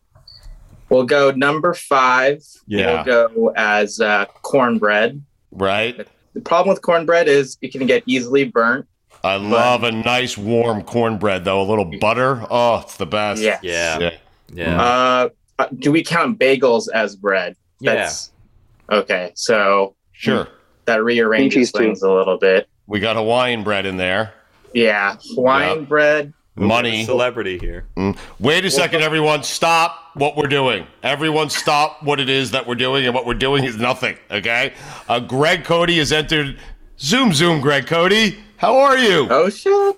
We'll go number five.
Yeah.
We'll go as uh, cornbread.
right?
The problem with cornbread is it can get easily burnt.
I love a nice warm cornbread, though. A little butter. Oh, it's the best.
Yes.
Yeah.
Yeah.
Yeah.
Uh, do we count bagels as bread? yeah. Okay, so
Sure.
that
Cream cheese
rearranges
too.
things a little bit.
We got Hawaiian bread in there.
Yeah, Hawaiian bread.
Money.
Celebrity here.
Mm. Wait a second, everyone. Stop what we're doing. Everyone, stop what it is that we're doing, and what we're doing is nothing. Okay. Uh, Greg Cody has entered. Zoom, zoom, Greg Cody. How are you?
Oh shit!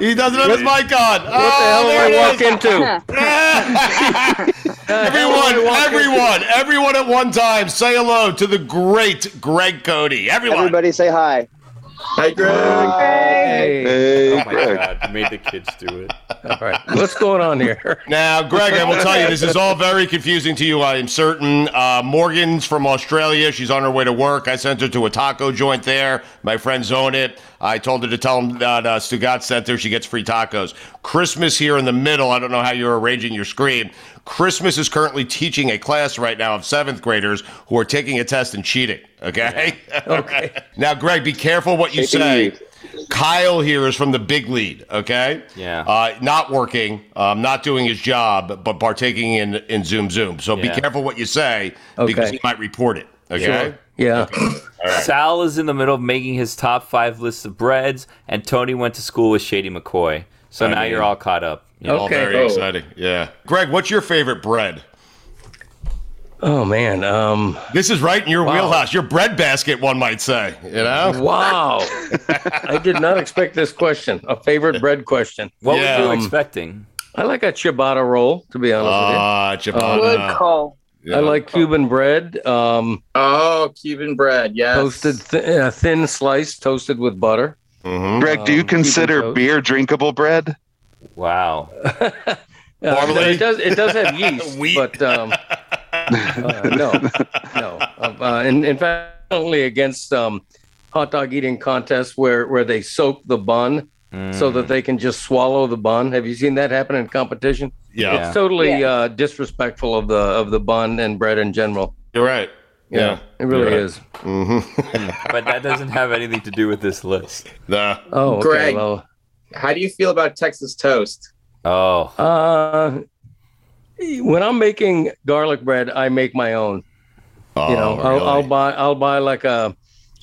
He doesn't have his mic on. Oh, What
Oh,
hell did I walk into?
Everyone, everyone, everyone at one time, say hello to the great Greg Cody. Everyone.
Everybody say hi.
Hi, Greg.
Hey,
oh my god, you made the kids do it.
All right, what's going on here?
Now, Greg, I will tell you, this is all very confusing to you, I am certain. Uh, Morgan's from Australia. She's on her way to work. I sent her to a taco joint there. My friends own it. I told her to tell them that uh, Stugat sent her. She gets free tacos. Christmas here in the middle. I don't know how you're arranging your screen. Christmas is currently teaching a class right now of seventh graders who are taking a test and cheating. Okay.
Oh,
Okay. now, Greg, be careful what you say. Kyle here is from the big lead. Okay.
Yeah.
Uh, not working, um, not doing his job, but partaking in in Zoom Zoom. So
Yeah.
be careful what you say because
Okay.
he might report it. Okay.
Sure.
Yeah.
Sal is in the middle of making his top five list of breads, and Tony went to school with Shady McCoy. So
I
now
mean-
you're all caught up.
All very
Oh.
exciting. Yeah. Greg, what's your favorite bread?
Oh man, um,
this is right in your
wow.
wheelhouse. Your bread basket, one might say. You know?
Wow. I did not expect this question. A favorite bread question.
What were you
Um,
expecting?
I like a ciabatta roll, to be
Ah,
honest with you.
ciabatta. Good
call.
I like Cuban bread. Um,
oh, Cuban bread. Yes.
Toasted, th- a thin slice, toasted with butter.
Greg, do you
Um,
consider
Cuban toast.
beer drinkable bread?
Wow.
Uh,
Barley?
It does. It does have yeast, but um, uh, no, no. Uh, uh, and in fact, only against um, hot dog eating contests where where they soak the bun so that they can just swallow the bun. Have you seen that happen in competition?
Yeah.
it's totally Uh, disrespectful of the of the bun and bread in general.
You're right.
Yeah,
Yeah.
it really
You're right. Mm-hmm.
is.
but that doesn't have anything to do with this list.
Nah.
Oh, okay,
Greg,
well-
how do you feel about Texas toast?
Oh,
Uh, when I'm making garlic bread, I make my own.
Oh,
you know, I'll, I'll buy I'll buy like a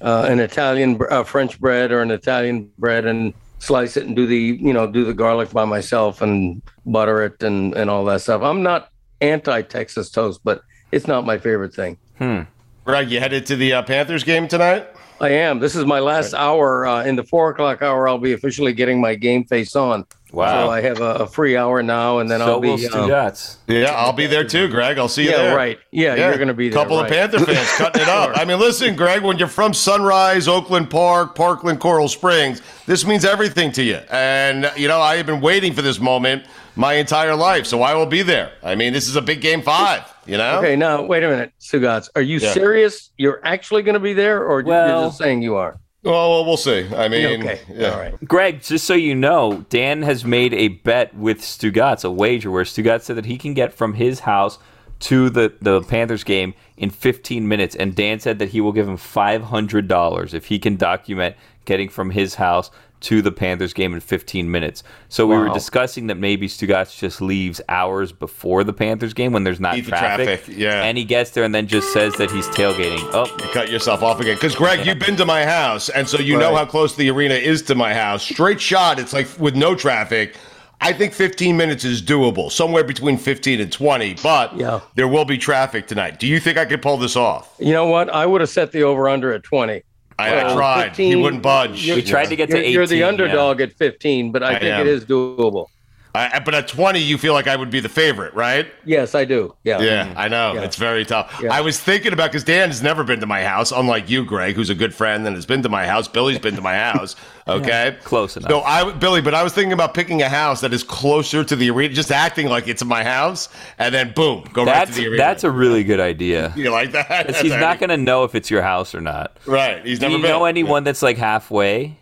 uh, an Italian br- uh, French bread or an Italian bread and slice it and do the you know do the garlic by myself and butter it and and all that stuff. I'm not anti Texas toast, but it's not my favorite thing.
Hmm.
Greg, you headed to the uh, Panthers game tonight?
I am. This is my last hour. Uh, in the four o'clock hour, I'll be officially getting my game face on.
Wow.
So I have a, a free hour now, and then
So
I'll be.
will
um,
Stugats.
Yeah, I'll be there too, Greg. I'll see you
Yeah,
there.
right. Yeah, you're gonna be there,
Couple
right.
of Panther fans cutting it up. I mean, listen, Greg, when you're from Sunrise, Oakland Park, Parkland, Coral Springs, this means everything to you. And you know, I have been waiting for this moment my entire life, so I will be there. I mean, this is a big game five. You know?
Okay, now wait a minute, Sugats. Are you
Yeah.
serious? You're actually going to be there, or
Well-
you're just saying you are?
Well, we'll see. I mean,
Okay,
yeah.
all right.
Greg, just so you know, Dan has made a bet with Stugatz, a wager where Stugatz said that he can get from his house to the, the Panthers game in 15 minutes. And Dan said that he will give him $500 if he can document getting from his house to the Panthers game in 15 minutes. So we were
Wow.
discussing that maybe Stugatz just leaves hours before the Panthers game when there's not
Beat the
traffic.
traffic, yeah.
And he gets there and then just says that he's tailgating. Oh,
You cut yourself off again. Because, Greg, you've been to my house, and so you know
Right.
how close the arena is to my house. Straight shot, it's like with no traffic. I think 15 minutes is doable, somewhere between 15 and 20, but
Yeah.
there will be traffic tonight. Do you think I could pull this off?
You know what? I would have set the over under at 20.
I- I tried. He wouldn't budge.
you're-
We tried to get to
you're- You're the
18,
underdog at 15, but I,
I
think
am.
it is doable.
I, I- but at 20, you feel like I would be the favorite, right?
Yes, I do. Yeah.
Yeah, I know.
Yeah.
It's very tough. I was thinking about because Dan has never been to my house, unlike you, Greg, who's a good friend and has been to my house. Billy's been to my house. Okay.
close enough.
No, I Billy, but I was thinking about picking a house that is closer to the arena, just acting like it's my house, and then boom, go right to
that's,
the arena.
that's a really good idea.
you like that?
Because he's not going to know if it's your house or not.
Right. He's
Do
never
you
been.
know anyone that's like halfway?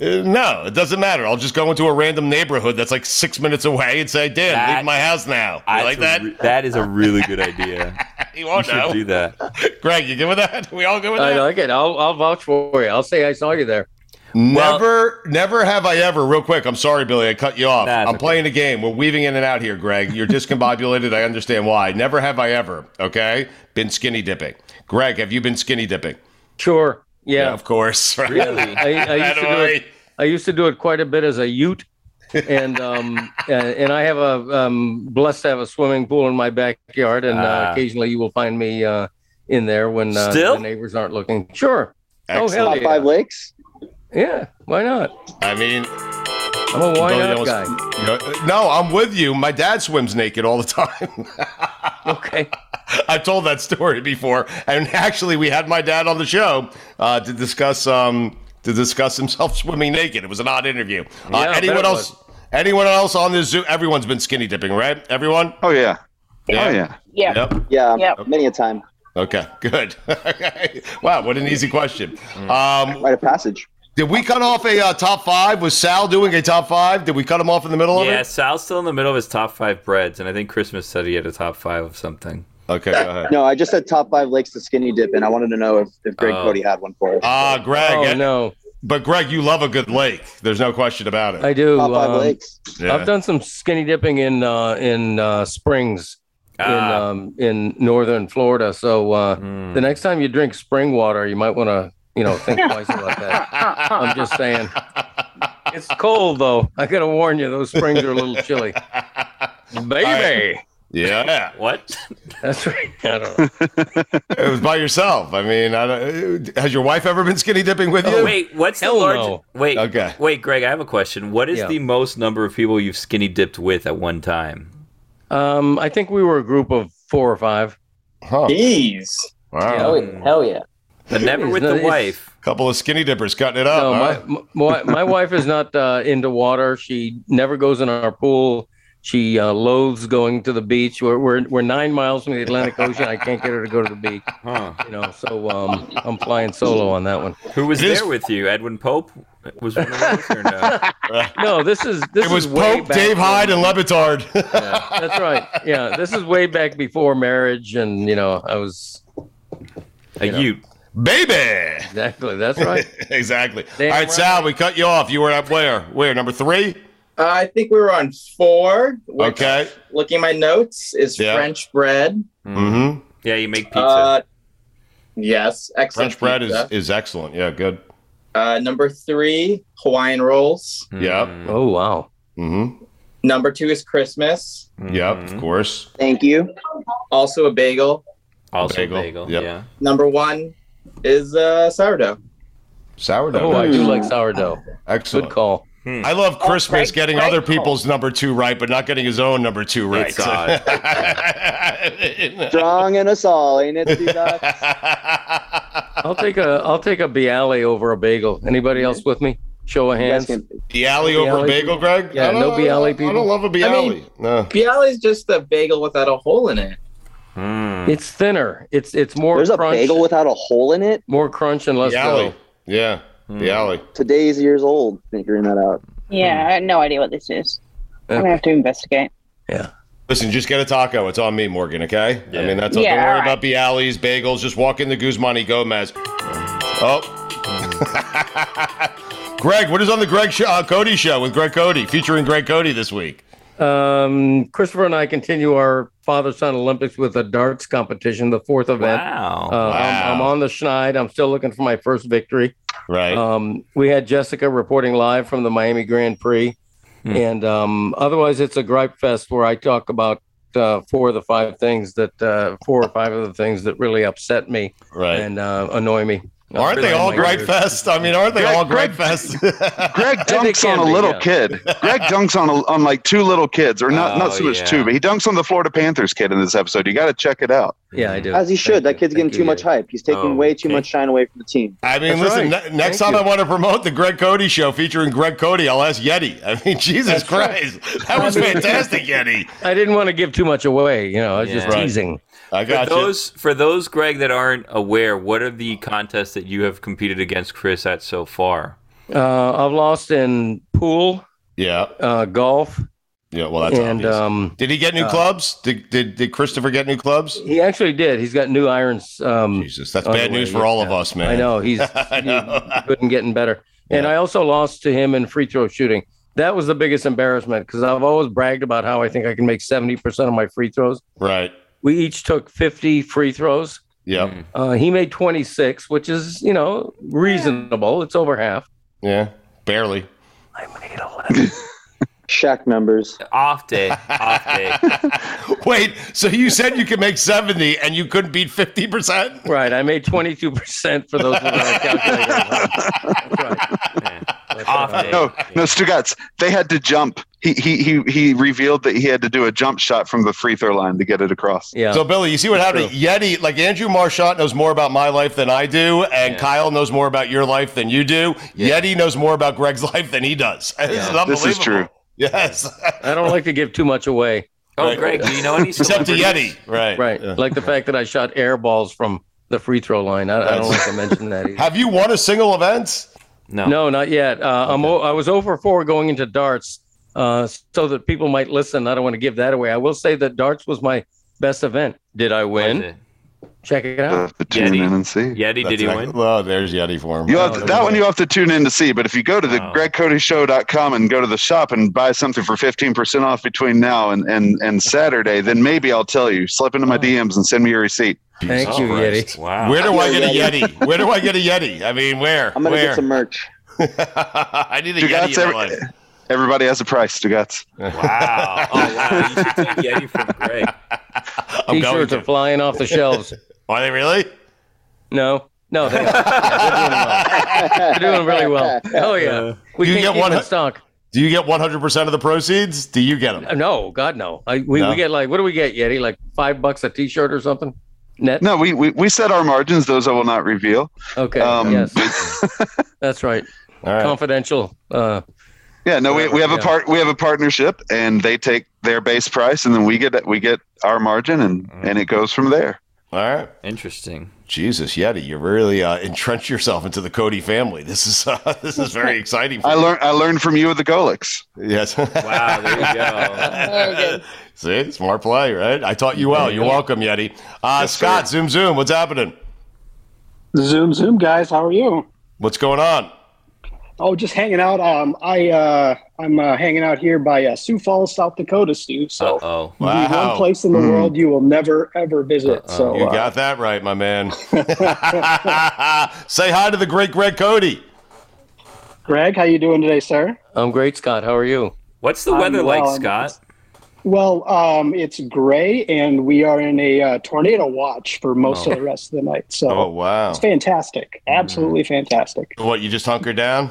Uh, no, it doesn't matter. I'll just go into a random neighborhood that's like six minutes away and say, "Dan, leave
That-
my house now." You like that?
that is a really good idea.
he
you
won't
should
know.
do that.
Greg, you good with that? We all good with
I
that?
like it. I'll, I'll vouch for you. I'll say I saw you there.
Never, never have I ever. Real quick, I'm sorry, Billy, I cut you off. I'm playing a game. We're weaving in and out here, Greg. You're discombobulated. I understand why. Never have I ever. Okay, been skinny dipping. Greg, have you been skinny dipping?
Sure. Yeah.
of course.
Really? I, I, used to do it, I used to do it quite a bit as a ute. and um uh, and I have a um blessed to have a swimming pool in my backyard and uh,
Ah.
occasionally you will find me uh in there when uh,
Still?
the neighbors aren't looking. Sure. Oh hell yeah.
Top five lakes.
Yeah, why not?
I mean,
I'm a why
Billy
not
almost-
guy.
you know, no, I'm with you. My dad swims naked all the time.
okay.
I've told that story before, and actually, we had my dad on the show uh, to discuss um, to discuss himself swimming naked. It was an odd interview.
Yeah, I
uh,
bet
anyone
it
else? Anyone else on this Zoom? Everyone's been skinny dipping, right? Everyone? Oh yeah.
Oh, yeah. Yeah. Many a time.
Okay, good. wow, what an easy question. Um, Write a passage. Did we cut off a uh, top five? Was Sal doing a top five? Did we cut him off in the middle of
Yeah,
it?
Sal's still in the middle of his top five breads, and I think Christmas said he had a top five of something.
Okay, go ahead.
No, I just said top five lakes to skinny dip, and I wanted to know if, if Greg
Oh.
Cody had one for us.
Ah, Greg.
Oh,
no. But Greg, you love a good lake. There's no question about it.
I do. um,
Yeah.
I've done some skinny dipping in uh, in uh, springs
Ah.
in um, in northern Florida. So uh, the next time you drink spring water, you might want to you know think twice about that. I'm just saying. It's cold though. I gotta warn you, those springs are a little chilly. Baby.
Yeah.
what?
That's right. I don't know.
it was by yourself. I mean, I don't, has your wife ever been skinny dipping with you?
Oh, Wait, what's the largest? Wait, okay. Wait, Greg, I have a question. What is
Yeah.
the most number of people you've skinny dipped with at one time?
Um, I think we were a group of four or five.
Huh.
Jeez.
Wow.
Hell Oh, yeah.
But never with the wife.
Oh. Couple of skinny dippers cutting it up.
No,
huh?
my, m- my, my wife is not uh, into water. She never goes in our pool. She uh, loathes going to the beach. We're, we're we're nine miles from the Atlantic Ocean. I can't get her to go to the beach. You know, so um, I'm flying solo on that one.
Who was there with you? Edwin Pope was one of those or no?
No, this is this
it was
is way
Pope,
back
Dave
when-
Hyde, and Levitard.
That's right. Yeah, this is way back before marriage, and you know, I was
a
Ute. Baby.
Exactly. That's right.
exactly.
Damn
All right, Sal, we cut you off. You were at where? Where? Number three?
Uh, I think we were on four. which,
Okay.
Looking at my notes is French bread.
Mm-hmm.
Yeah, you make pizza.
Uh, yes, excellent.
French bread
pizza.
is, is excellent. Yeah, good.
Uh, number three, Hawaiian rolls.
Yep.
Oh wow.
Mm-hmm.
Number two is Christmas.
Yep. Of course.
Thank you. Also a bagel.
Also
bagel.
bagel,
Yep.
yeah.
Number one is uh, sourdough.
Sourdough.
Oh, I do like sourdough.
Hmm. Excellent.
Good call.
I love Christmas getting
Oh, great
other
call.
people's number two right, but not getting his own number two right.
It's odd.
uh,
Strong in us all, ain't it, Steve Doc?
I'll take a I'll take a Bialy over a bagel. Anybody else with me? Show of hands.
Bialy over a bagel, Greg?
Yeah,
I don't-
no
I don't-
Bialy people.
I don't love a Bialy. no.
Bialy is just a bagel without a hole in it.
It's thinner. It's it's more.
There's a
crunch,
bagel without a hole in it.
More crunch and less
Bialy.
dough.
Yeah. Bialy.
Today's years old. Figuring that out.
Yeah, I have no idea what this is. I'm
Okay.
gonna have to investigate.
Listen, just get a taco. It's on me, Morgan. Okay. I mean, that's
Yeah,
don't worry
all right.
about Bialys, bagels. Just walk into Guzmani Gomez. Oh, Greg, what is on the Greg show, uh, Cody show with Greg Cody, featuring Greg Cody this week?
Um, Christopher and I continue our father son Olympics with a darts competition, the fourth event.
Wow.
Uh,
Wow.
I'm, I'm on the schneid. I'm still looking for my first victory.
Right.
Um, we had Jessica reporting live from the Miami Grand Prix.
Hmm.
And um, otherwise, it's a gripe fest where I talk about uh, four of the five things that, uh, four or five of the things that really upset me
right.
and uh, annoy me.
Aren't they all Gripe Fest? I mean, aren't they all Gripe Fest?
Greg
they
dunks
can
on a
be,
little
yeah.
kid. Greg dunks on a, on like two little kids, or not not
Oh,
so much
yeah.
two, but he dunks on the Florida Panthers kid in this episode. You got to check it out.
Yeah, I do.
As he should.
That kid's getting too much hype. He's taking
Oh,
way too much shine away from the team.
I mean, listen, ne- next time I want to promote the Greg Cody show featuring Greg Cody, I'll ask Yeti. I mean,
That's
Jesus
Mm. right.
Christ. That was fantastic, Yeti.
I didn't want to give too much away. You know, I was
Yeah.
just
Right.
teasing.
I
for those for those Greg that aren't aware, what are the contests that you have competed against Chris at so far?
Uh, I've lost in pool.
Yeah.
Uh, golf.
Yeah, well, that's
And,
obvious.
um,
did he get new
uh,
clubs? Did, did did Christopher get new clubs?
He actually did. He's got new irons. Um, Jesus,
that's bad news for all of us, man.
I know he's
I
he couldn't getting better. And I also lost to him in free throw shooting. That was the biggest embarrassment because I've always bragged about how I think I can make seventy percent of my free throws.
Right.
We each took fifty free throws.
Yeah.
Uh, he made twenty six, which is you know reasonable. It's over half.
Yeah. Barely.
Shack numbers.
Off day. Off day.
Wait, so you said you could make 70 and you couldn't beat 50%?
Right. I made twenty two percent for those without a calculator. That's right. That's
Off
no, no, Stugatz. They had to jump. He, he he he revealed that he had to do a jump shot from the free throw line to get it across.
So Billy, you see what happened? Yeti, like Andrew Marchant knows more about my life than I do, and Kyle knows more about your life than you do. Yeti knows more about Greg's life than he does. This, is unbelievable. Yes.
I don't like to give too much away.
Oh, Greg, do you know any
Except to
celebrities?
Yeti. Right.
Right. Like the fact that I shot air balls from the free throw line. I, I don't like
That's-
to mention that either.
Have you won a single event?
No.
No, not yet. Uh, I'm o- I was over four going into darts, uh, so that people might listen. I don't want to give that away. I will say that darts was my best event. Did I win? Check it out.
Tune in and see.
Yeti,
did he
win? Well, there's Yeti for him.
You
Oh,
have to, that one you have to tune in to see. But if you go to the gregcodyshow.com and go to the shop and buy something for fifteen percent off between now and, and and Saturday, then maybe I'll tell you. Slip into my DMs and send me your receipt.
Thank
you,
Yeti.
Oh. Wow.
Where do I get a Yeti? Where do I get a Yeti? I mean, where?
I'm gonna get
where?
some
merch.
I need a
Stugatz,
Yeti in my
every-
life.
Everybody has a price, Stugatz.
Wow. Oh, wow. You should take Yeti from Greg.
T-shirts are flying off the shelves.
Are they really?
No. No, they are. They're doing really well. Oh
Uh,
yeah, we
Do you
can't
get
keep
one
in stock.
Do you get 100% of the proceeds? Do you get them?
No, God no. I, we,
No?
we get like what do we get, Yeti? Like five bucks a T-shirt or something? Net?
No, we, we we set our margins. Those I will not reveal.
Okay.
Um,
yes. That's right. Confidential. Uh,
Yeah, no, we, we have a
Yeah.
part we have a partnership, and they take their base price, and then we get we get our margin, and
Mm-hmm.
and it goes from there.
All right.
Interesting.
Jesus, Yeti, you really uh, entrenched yourself into the Cody family. This is uh, this is very exciting. For
I
you.
learned I learned from you with the Golix.
Yes.
Wow, there you go.
See, smart play, right? I taught you well. You're welcome, Yeti. Uh, Scott, zoom, zoom. What's happening?
Zoom, zoom, guys. How are you?
What's going on?
Oh, just hanging out. Um, I uh, I'm uh, hanging out here by uh, Sioux Falls, South Dakota, Stu. So
oh,
the one place in the world you will never ever visit. so
Hmm. you
uh,
got that right, my man. Say hi to the great Greg Cody.
Greg, how you doing today, sir?
I'm great, Scott. How are you?
What's the
I'm
weather like,
well, I'm-
Scott?
Well, um, it's gray, and we are in a uh, tornado watch for most of the rest of the night. So
Oh, wow. Mm-hmm.
it's fantastic, absolutely fantastic.
What, you just hunker down?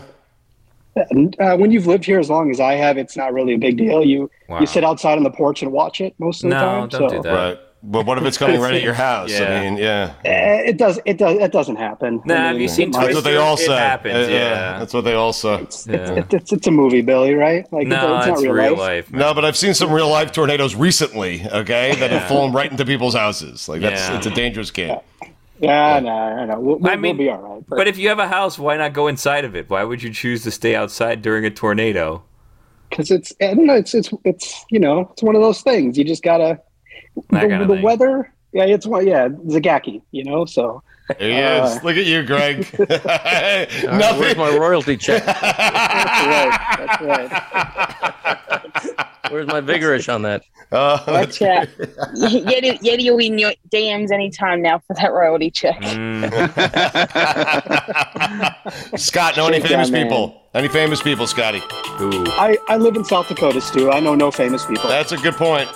And, Uh, when you've lived here as long as I have, it's not really a big deal. You
Wow.
you sit outside on the porch and watch it most of the time. so.
Right. But what if it's coming right at your house? I
Yeah.
mean, yeah.
Eh, It does. It does. It doesn't happen.
Nah,
I mean,
have you seen
it
That's
might-
what they all say.
happens,
Uh, uh,
yeah.
That's what they all say.
It's, it's, it's a movie, Billy, right? Like
No,
it's, it's not
it's
real,
real
life.
life.
No, but I've seen some real life tornadoes recently, okay, that have flown right into people's houses. Like that's
Yeah.
it's a dangerous game.
Yeah, no, I know. We'll, we'll, we'll be all right.
But if you have a house, why not go inside of it? Why would you choose to stay outside during a tornado?
because it's I don't know. It's it's it's you know it's one of those things. You just gotta
That
the,
kinda
the
thing.
weather. Yeah, it's one. Yeah, Zagaki. You know, so
There he
Uh.
is. Look at you, Greg.
All right,
Nothing.
where's my royalty check?
that's right. That's
Where's my vigorish on that?
Uh,
that's
Yeah. Yeti, Yeti will be in your DMs anytime now for that royalty check.
Scott, know any
Shake
famous
that man.
people? Any famous people, Scotty?
right. I I live in South Dakota, Stu. I know no famous people.
That's a good point.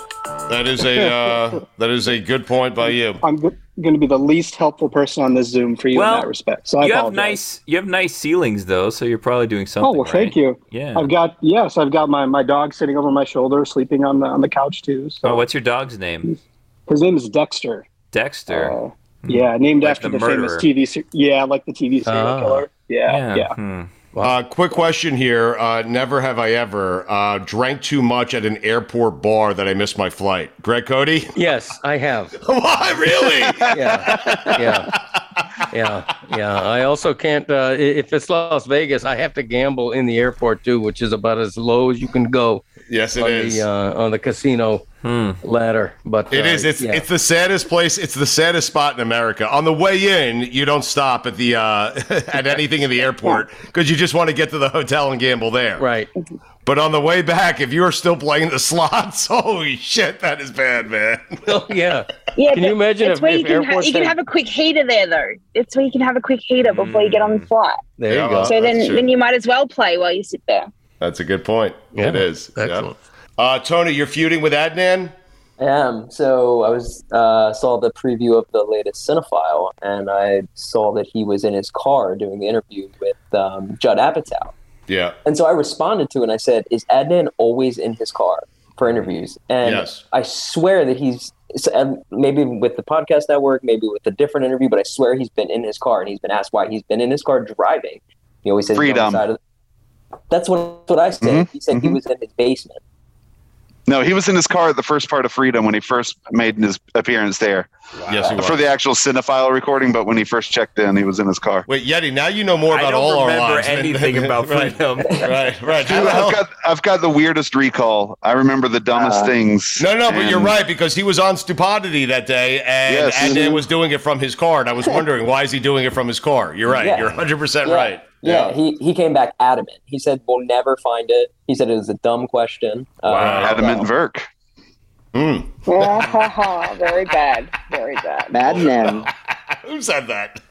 That is a uh, that is a good point by you.
I'm going to be the least helpful person on this Zoom for you
Well,
in that respect. So I
you have
apologize.
nice you have nice ceilings though, so you're probably doing something.
Oh well,
right?
thank you.
Yeah.
I've got yes, I've got my my dog sitting over my shoulder, sleeping on the on the couch too. So
Oh, what's your dog's name?
his name is Dexter. Uh,
Dexter.
Yeah, named
Like
after
the
the,
murderer.
famous TV series. Yeah, like the TV serial
Ah.
killer. Yeah, yeah.
Uh, quick question here. Uh, never have I ever uh, drank too much at an airport bar that I missed my flight. Greg Cody?
Yes, I have.
Why, really?
yeah, yeah, yeah, yeah. I also can't. Uh, i- if it's Las Vegas, I have to gamble in the airport too, which is about as low as you can go.
Yes, it
on
is.
The, uh, on the casino
Hmm.
ladder, but
It
uh,
is. It's
yeah.
it's the saddest place. It's the saddest spot in America. On the way in, you don't stop at the uh, at anything in the airport because you just want to get to the hotel and gamble there.
Right.
But on the way back, if you are still playing the slots, holy shit, that is bad, man.
Oh yeah.
Yeah,
Can you
but
imagine
it's
if,
where
if
you can, ha-
airports
you can
had-
have a quick heater there though. It's where you can have a quick heater before you get on the flight.
Hmm. There you
Yeah,
go.
well,
so then,
that's true.
then you might as well play while you sit there.
That's a good point.
Yeah,
it is. Excellent. Uh, Tony, you're feuding with Adnan.
I am. So I was uh, saw the preview of the latest Cinephile, and I saw that he was in his car doing the interview with um, Judd Apatow.
Yeah.
And so I responded to it and I said, Is Adnan always in his car for interviews? And
Yes.
I swear that he's so, um, maybe with the podcast network, maybe with a different interview, but I swear he's been in his car and he's been asked why he's been in his car driving. He always says he's on the
Freedom.
side of the- that's what, that's what I said.
Mhm,
He said he was in his basement.
No, he was in his car at the first part of Freedom when he first made his appearance there.
Yes, he was.
for the actual cinephile recording, but when he first checked in, he was in his car.
Wait, Yeti, now you know more
I
about
don't
all our
remember
lives. than-
anything
than-
about
right,
freedom.
Right, right.
Dude, I've got I've got the weirdest recall. I remember the dumbest things.
No, no, but you're
and-
right because he was on stupidity that day, and
Yes.
Adnan
Mm-hmm.
Mhm.
was doing it from his car, and I was wondering why is he doing it from his car. You're right.
Yeah.
You're 100 percent
Yeah.
right.
Yeah, he, he came back adamant. He said, We'll never find it. He said it was a dumb question. Uh,
Adamant Verk.
Hmm.
Hmm.
very bad. Very bad.
Madman.
Who said that?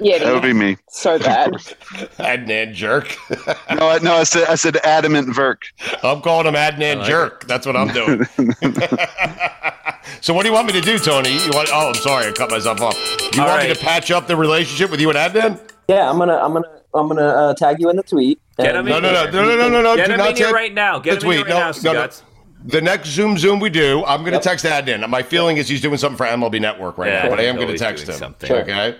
Yeah,
That would be me.
Hmm. So bad.
Adnan jerk.
no, I, no, I said I said adamant Verk.
I'm calling him Adnan jerk. That's what I'm doing. so what do you want me to do, Tony? You want? Oh, I'm sorry, I cut myself off. You want me to patch up the relationship with you and Adnan?
yeah, I'm gonna I'm gonna I'm gonna uh, tag you in the tweet.
Get
and-
him in No, no, no, here. no, no, no, no, Get do him not in here tag- right
now. Get
Let's wait. No, no, no. The next Zoom Zoom we do, I'm going to text Adnan. My feeling is he's doing something for MLB Network right
Yeah,
now, but I
he's
am going to
always
text him.
doing something.
Okay.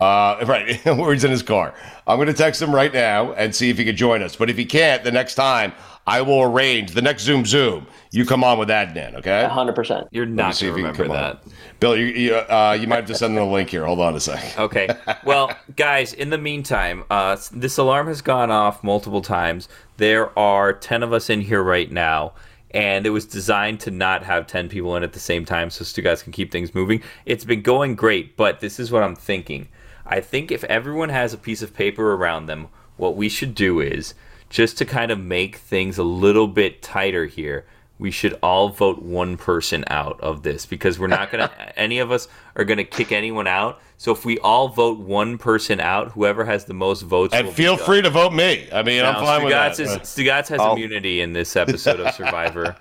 Uh, right, where he's in his car. I'm going to text him right now and see if he can join us. But if he can't, the next time I will arrange the next Zoom Zoom. You come on with Adnan, okay?
100%.
You're
not going to remember that. Bill, you you, uh, you might have to send him a link here. Hold on a sec.
Okay. Well, guys, in the meantime, uh, this alarm has gone off multiple times. There are 10 of us in here right now, and it was designed to not have 10 people in at the same time so Stu guys can keep things moving. It's been going great, but this is what I'm thinking. I think if everyone has a piece of paper around them, what we should do is just to kind of make things a little bit tighter here. We should all vote one person out of this because we're not going to, any of us are going to kick anyone out. So if we all vote one person out, whoever has the most votes.
And
will be
feel
done.
free to vote me. I mean,
Now,
I'm fine with that.
Stugatz is-
Uh,
Stugatz has immunity in this episode of Survivor.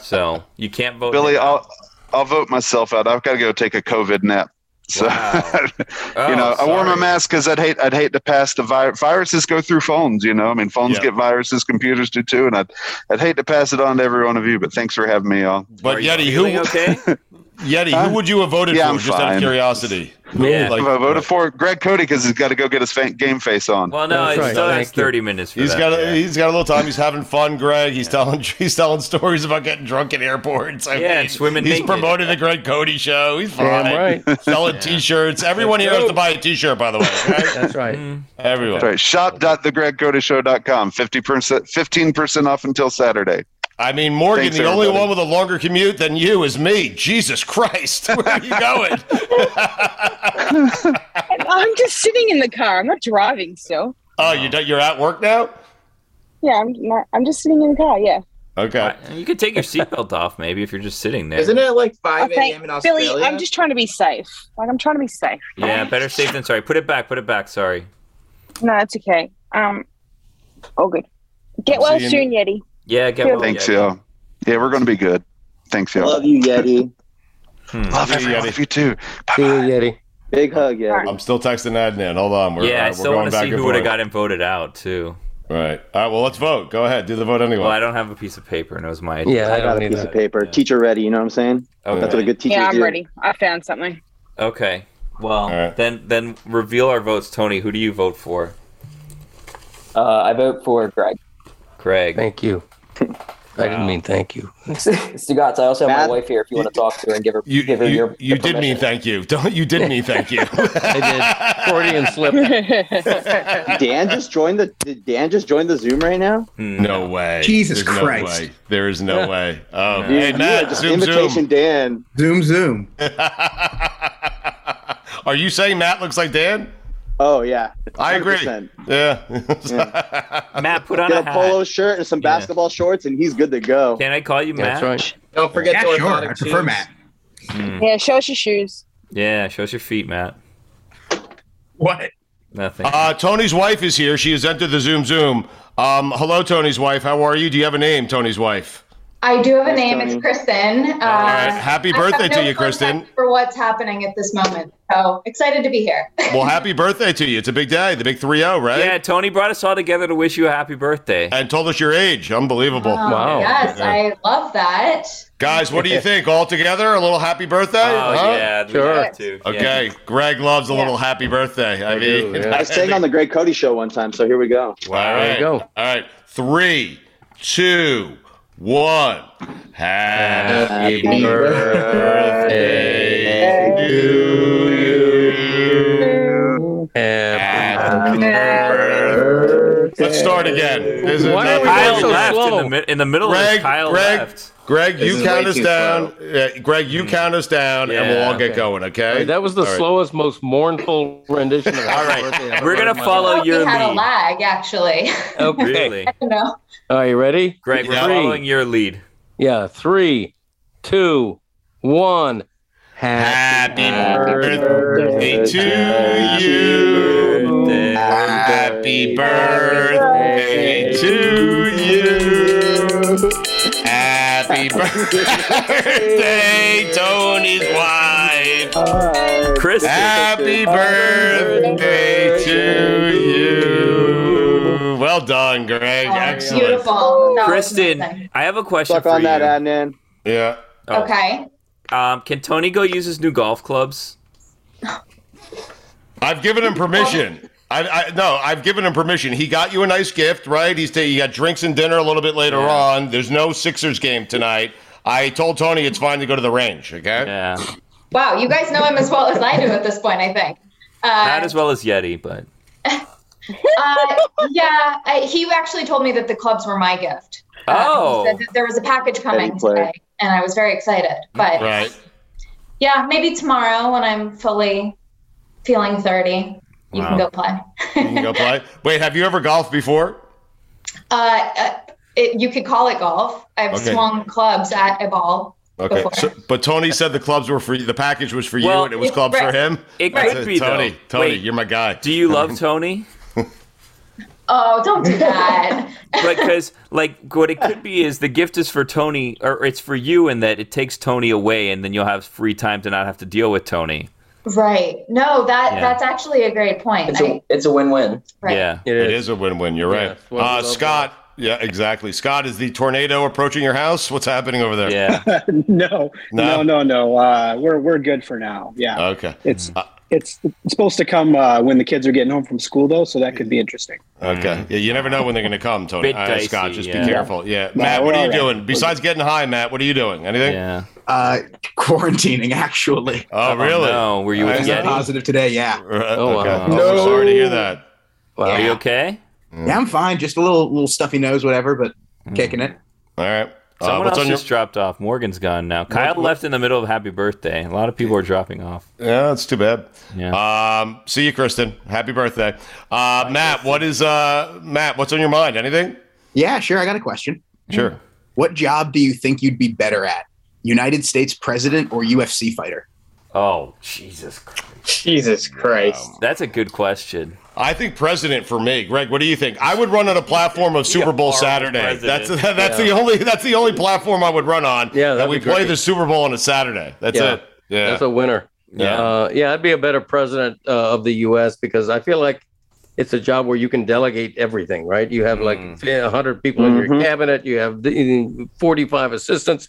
so you can't vote.
Billy,
him out.
I'll I'll vote myself out. I've got to go take a COVID nap. So you know, I
Oh,
wore my mask because I'd hate I'd hate to pass the virus. Viruses go through phones. You know, I mean, phones
Yeah.
get viruses, computers do too, and I'd I'd hate to pass it on to every one of you. But thanks for having me on.
But Yeti, who
okay?
Yeti,
Huh?
who would you have voted
Yeah,
for?
I'm
just out of
fine.
curiosity. Like-
If I voted for Greg Cody because he's got to go get his fa- game face on.
Well, no, That's he right. still has Thank you. 30 minutes for
He's
that,
got a,
yeah.
he's got a little time. He's having fun, Greg. He's telling he's telling stories about getting drunk in airports. I
Yeah, and
mean,
swimming
He's
naked.
promoting the Greg Cody show. He's fine.
Damn right.
Selling T-shirts. Everyone here has to buy a T-shirt, by the way.
That's right.
Mm-hmm.
Everyone.
That's right. Shop.thegregcodyshow.com. 50%, 15% off until Saturday.
I mean, Morgan,
Thanks,
the only
everybody.
one with a longer commute than you is me. Jesus Christ, where are you going?
I'm just sitting in the car. I'm not driving still.
oh, you're done- you're at work now.
Yeah, I'm not, I'm just sitting in the car. Yeah.
Okay.
You could take your seatbelt off maybe if you're just sitting there.
Isn't
it like
Oh,
5
thank-
a.m. in Australia?
Billy, I'm just trying to be safe. Like I'm trying to be safe.
Yeah, better safe than sorry. Put it back. Put it back. Sorry.
No, it's okay. Um, all good. Get well
See you
soon, Yeti.
Yeah,
get well,
Thanks,
Yeti.
y'all. Yeah, we're going to be good. Thanks, y'all.
Love you, Yeti.
Love everyone. Love you too.
See you, Yeti.
Big hug, Yeti.
I'm still texting Adnan. Hold on. We're,
yeah,
uh,
I
we're
still
going
want to
back
see
and
who would have
forth.
got him voted out too.
Right. All right. Well, let's vote. Go ahead. Do the vote anyway.
Well, I don't have a piece of paper, and it was my idea.
I, got a piece of paper. Teacher ready. You know what I'm saying? That's what a good teacher
yeah, I'm
do.
ready. I found something.
Okay. Well, then then reveal our votes, Tony. Who do you vote for?
Uh, I vote for Greg.
Greg.
Thank you. I didn't mean thank you.
Stugatz, I also have my wife here if you want to talk to her and give her
You,
give her
you,
your
you did mean thank you. Don't you did mean thank you. I
did. Freudian slip.
Dan just joined the. Did Dan just join the Zoom right now?
Hmm.
No way.
Jesus
There's
Christ.
No way. There is no way. Oh,
Dude,
hey
you are
Matt,
just
zoom
invitation
zoom.
Dan.
Zoom zoom.
Are you saying Matt looks like Dan?
Oh yeah.
I agree.
100%.
Yeah.
Matt, put
Get a, polo shirt and some basketball shorts, and he's good to go.
Can I call you
That's
Matt?
right.
Don't forget
Yeah,
the
sure.
orthotic
I prefer
shoes.
Matt.
Hmm.
Mm.
Yeah, show us your shoes.
Yeah, show us your feet, Matt.
What?
Nothing.
Uh, Tony's wife is here. She has entered the Zoom Zoom. Um, hello, Tony's wife. How are you? Do you have a name, Tony's wife?
I do have a name.
Tony.
It's Kristen. Uh,
All right. Happy
I have
birthday
no
to you, Kristen.
For what's happening at this moment. So excited to be here.
Well, happy birthday to you. It's a big day, the big 3 0, right?
Yeah, Tony brought us all together to wish you a happy birthday.
And told us your age. Unbelievable.
Um, Yes, I love that.
Guys, what do you think? All together, a little happy birthday?
Oh, yeah, we Sure. have to.
Okay, Greg loves a little happy birthday. I, mean,
I sang on the Greg Cody show one time, so here we go.
All right. All right. Three, two, one. Happy, birthday to you. Happy birthday. Let's start again. This is
Why are we
nothing.
going so Kyle left slow? in the mi- in the middle of this, Kyle
Greg,
left. Mm.
Greg,
This
you
is
count
way
us
too
down. Yeah, Greg, you count us down, and we'll all get
okay.
going. Okay.
That was the
All right.
slowest, most mournful rendition of All
right. We're gonna follow
We had a lag, actually.
Okay.
Really?
I don't know.
Are you ready?
Greg, we're following your lead.
Yeah, three, two, one. Happy,
birthday, to you. Happy birthday to you. Happy birthday, Tony's wife.
Chris.
Happy birthday to you. Well done, Greg. Excellent.
Beautiful. That was amazing.
Kristen, I have a question
Suck
for
on
you.
that, Adnan.
Yeah.
Oh.
Okay.
Um, can Tony go use his new golf clubs?
I've given him permission. I, I no, I've given him permission. He got you a nice gift, right? He's t- he got drinks and dinner a little bit later on. There's no Sixers game tonight. I told Tony it's fine to go to the range. Okay.
Yeah.
Wow, you guys know him as well as I do at this point, I think. Uh,
Not as well as Yeti, but
uh, yeah, I, he actually told me that the clubs were my gift. Uh,
Oh.
he said that there was a package coming
player.
today, and I was very excited. But
right.
yeah, maybe tomorrow when I'm fully feeling 30, you
Wow.
can go play.
You can go play. Wait, have you ever golfed before?
Uh, uh, it, you could call it golf. I've
Okay.
swung clubs at a ball.
Okay.
Before.
So, but Tony said the clubs were for you. The package was for you,
Well,
and it was
it-
clubs for
right.
him.
It
That's
could be, though.
Tony. Tony,
Wait.
you're my guy.
do you love Tony?
oh, don't do that.
Because like what it could be is the gift is for Tony, or it's for you, in that it takes Tony away, and then you'll have free time to not have to deal with Tony.
right. No, that
Yeah.
that's actually a great point.
It's a,
I-
it's a win-win.
right.
Yeah,
it is. a win-win. You're right.
it's what we
uh,
love
Scott. Yeah, exactly. Scott, is the tornado approaching your house? What's happening over there?
Yeah.
no,
No?
no, no, no. Uh, we're we're good for now. Yeah,
Okay. Uh,
it's it's, it's supposed to come uh, when the kids are getting home from school, though, so that could be interesting.
Okay. Yeah, you never know when they're going to come, Tony.
Mm. Bit
Uh,
dicey,
Scott, just
yeah.
be careful. Yeah.
No,
Matt, what
we're
are you
all right.
doing? Besides getting high, Matt, what are you doing? Anything?
Yeah.
Uh, quarantining, actually.
Oh, really?
no. Were you
I
with Yeti?
got positive today, yeah.
Oh, okay.
wow.
I'm so sorry to hear
No.
that.
Are you okay?
Yeah, I'm fine. Just a little little stuffy nose, whatever, but
Hmm.
kicking it.
All right. Uh,
Someone
what's
else
on your-
just dropped off. Morgan's gone now. Kyle left in the middle of Happy Birthday. A lot of people are dropping off.
Yeah, that's too bad. Um, see you, Kristen. Happy birthday, uh, Matt. What is uh, Matt? What's on your mind? Anything?
Yeah, sure. I got a question.
Sure.
What job do you think you'd be better at? United States president or UFC fighter?
Oh, Jesus Christ.
Jesus Christ.
That's a good question.
I think president for me, Greg. What do you think? I would run on a platform of Super Bowl Saturday.
president.
That's that's the
Yeah.
only that's the only platform I would run on. Yeah, that
that'd
we
be
play
great.
the Super Bowl on a Saturday. That's
Yeah.
it. Yeah,
That's a winner.
Yeah.
Uh, yeah, I'd be a better president uh, of the U.S. because I feel like it's a job where you can delegate everything, right? You have like a 100 people in your cabinet, you have the- 45 assistants.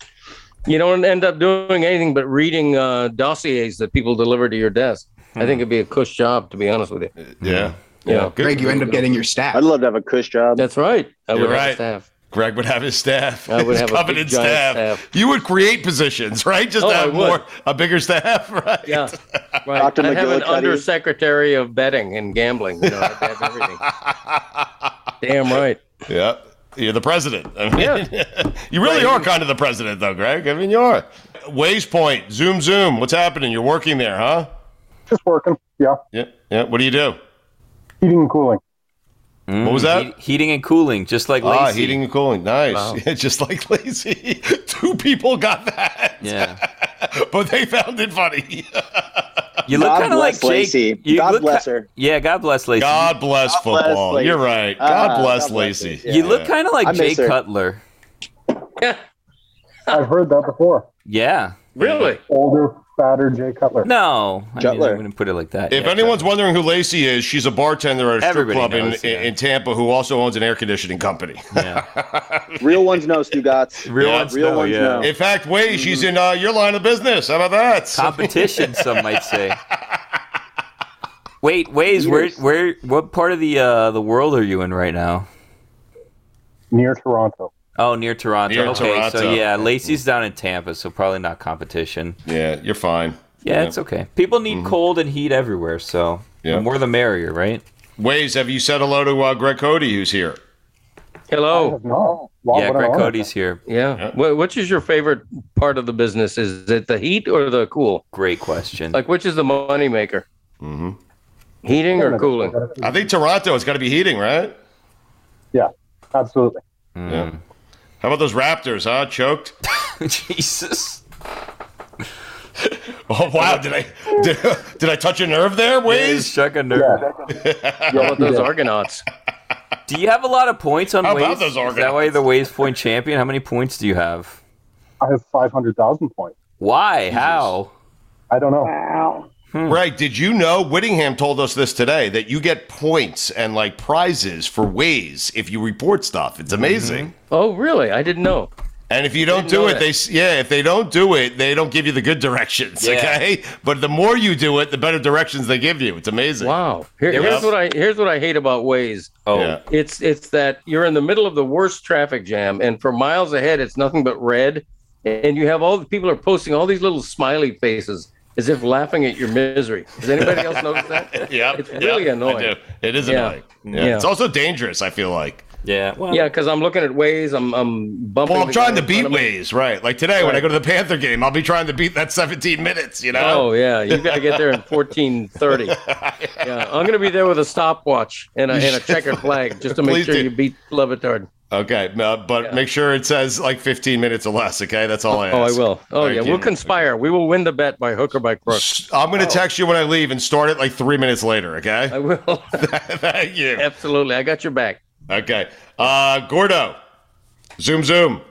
You don't end up doing anything but reading uh, dossiers that people deliver to your desk. I think it'd be a cush job, to be honest with you.
yeah,
Yeah.
Greg, you end up getting your staff.
I'd love to have a cush job.
That's right. I
You're
would have
right.
a staff.
Greg would have his staff.
I would
his
have a big,
coveted
giant
staff.
staff.
You would create positions, right? Just
Oh,
to
I
have
would.
more a bigger staff, right?
Yeah. Right.
Dr.
I'd have an
McGillicuddy.
undersecretary of betting and gambling. You know, I'd have everything. Damn right.
Yeah. You're the president. I mean,
Yeah.
you really are kind of the president, though, Greg. I mean, you are. Ways Point, Zoom, Zoom. What's happening? You're working there, huh?
Just working. Yeah.
Yeah. Yeah. What do you do?
Heating and cooling.
What was that?
Mm, Heat- heating and cooling, just like Lacey.
ah, heating and cooling. Nice.
Wow.
Just like lazy. Two people got that,
Yeah.
but they found it funny.
You look
God
kind of like
bless
Jake.
Lacey.
You
God
look ki-
bless her.
Yeah, God bless Lacey.
God bless
bless
football.
Lacey.
You're right. God
Ah,
bless
God bless
Lacey.
Lacey.
you
Yeah,
look
yeah.
kind of like
I
Jay
miss her.
Cutler.
I've heard that before.
Yeah.
Really?
Older, fatter Jay Cutler.
No, I, mean, I
Cutler.
wouldn't put it like that.
If anyone's wondering who Lacey is, she's a bartender at a strip
Everybody
club in,
knows, yeah.
in Tampa who also owns an air conditioning company.
Real ones know, Stu Gotts.
Yeah.
Real ones know. Mm.
In fact, wait, she's in uh, your line of business. How about that?
Competition, some might say. Wait, Waze, where, where, what part of the uh, the world are you in right now?
Near Toronto.
Oh, near Toronto.
Near
okay, so
Toronto.
yeah, Lacey's down in Tampa, so probably not competition.
Yeah, you're fine. Yeah.
Yeah,
Mm-hmm.
it's okay. People need cold and heat everywhere, so
Yeah.
the more the merrier, right?
Waze, have you said hello to uh, Greg Cody, who's here?
Oh.
Hello.
yeah, Greg Cody's here.
Yeah. What, which is your favorite part of the business? Is it the heat or the cool?
Great question.
Like, which is the moneymaker?
Mm-hmm.
Heating or cooling?
I think Toronto. It's got to be heating, right?
Yeah, absolutely.
Hmm.
Yeah. How about those Raptors? Huh? Choked.
Jesus.
Oh wow! Did I did, did I touch a nerve there, Waze?
Chuck a nerve.
How about those Argonauts?
Do you have a lot of points on
How
Waze?
about those
Is that why you're the Waze point champion? How many points do you have?
I have 500,000 points.
Why? How?
I don't know.
Hmm.
Right. Did you know Whittingham told us this today that you get points and like prizes for ways if you report stuff? It's amazing.
Oh, really? I didn't know.
And if you don't
Didn't
do
know
it,
that.
they s- yeah, if they don't do it, they don't give you the good directions.
Yeah.
Okay. But the more you do it, the better directions they give you. It's amazing.
Wow. Here- here's what I here's what I hate about Waze.
Oh,
It's it's that you're in the middle of the worst traffic jam, and for miles ahead, it's nothing but red, and you have all the people are posting all these little smiley faces as if laughing at your misery. Does anybody else notice that?
Yeah.
It's really annoying.
It is
Yeah.
annoying. Yeah.
Yeah.
It's also dangerous. I feel like.
Yeah. Well,
yeah, because I'm looking at Waze. I'm I'm bumping.
Well, I'm
the
trying
guy in
to
front
beat
of me.
ways, right? Like today when I go to the Panther game, I'll be trying to beat that 17 minutes. You know?
Oh yeah, you got to get there in 14:30. yeah, I'm gonna be there with a stopwatch and a, and a checkered flag just to make
Please
sure
do.
you beat Levitard.
Okay, uh, but make sure it says like 15 minutes or less. Okay, that's all I ask.
Oh, I will. Oh
Thank
yeah,
you.
we'll conspire. We will win the bet by hook or by crook.
I'm going to text you when I leave and start it like three minutes later. Okay.
I will.
Thank you.
Absolutely, I got your back.
Okay. Uh, Gordo, zoom zoom.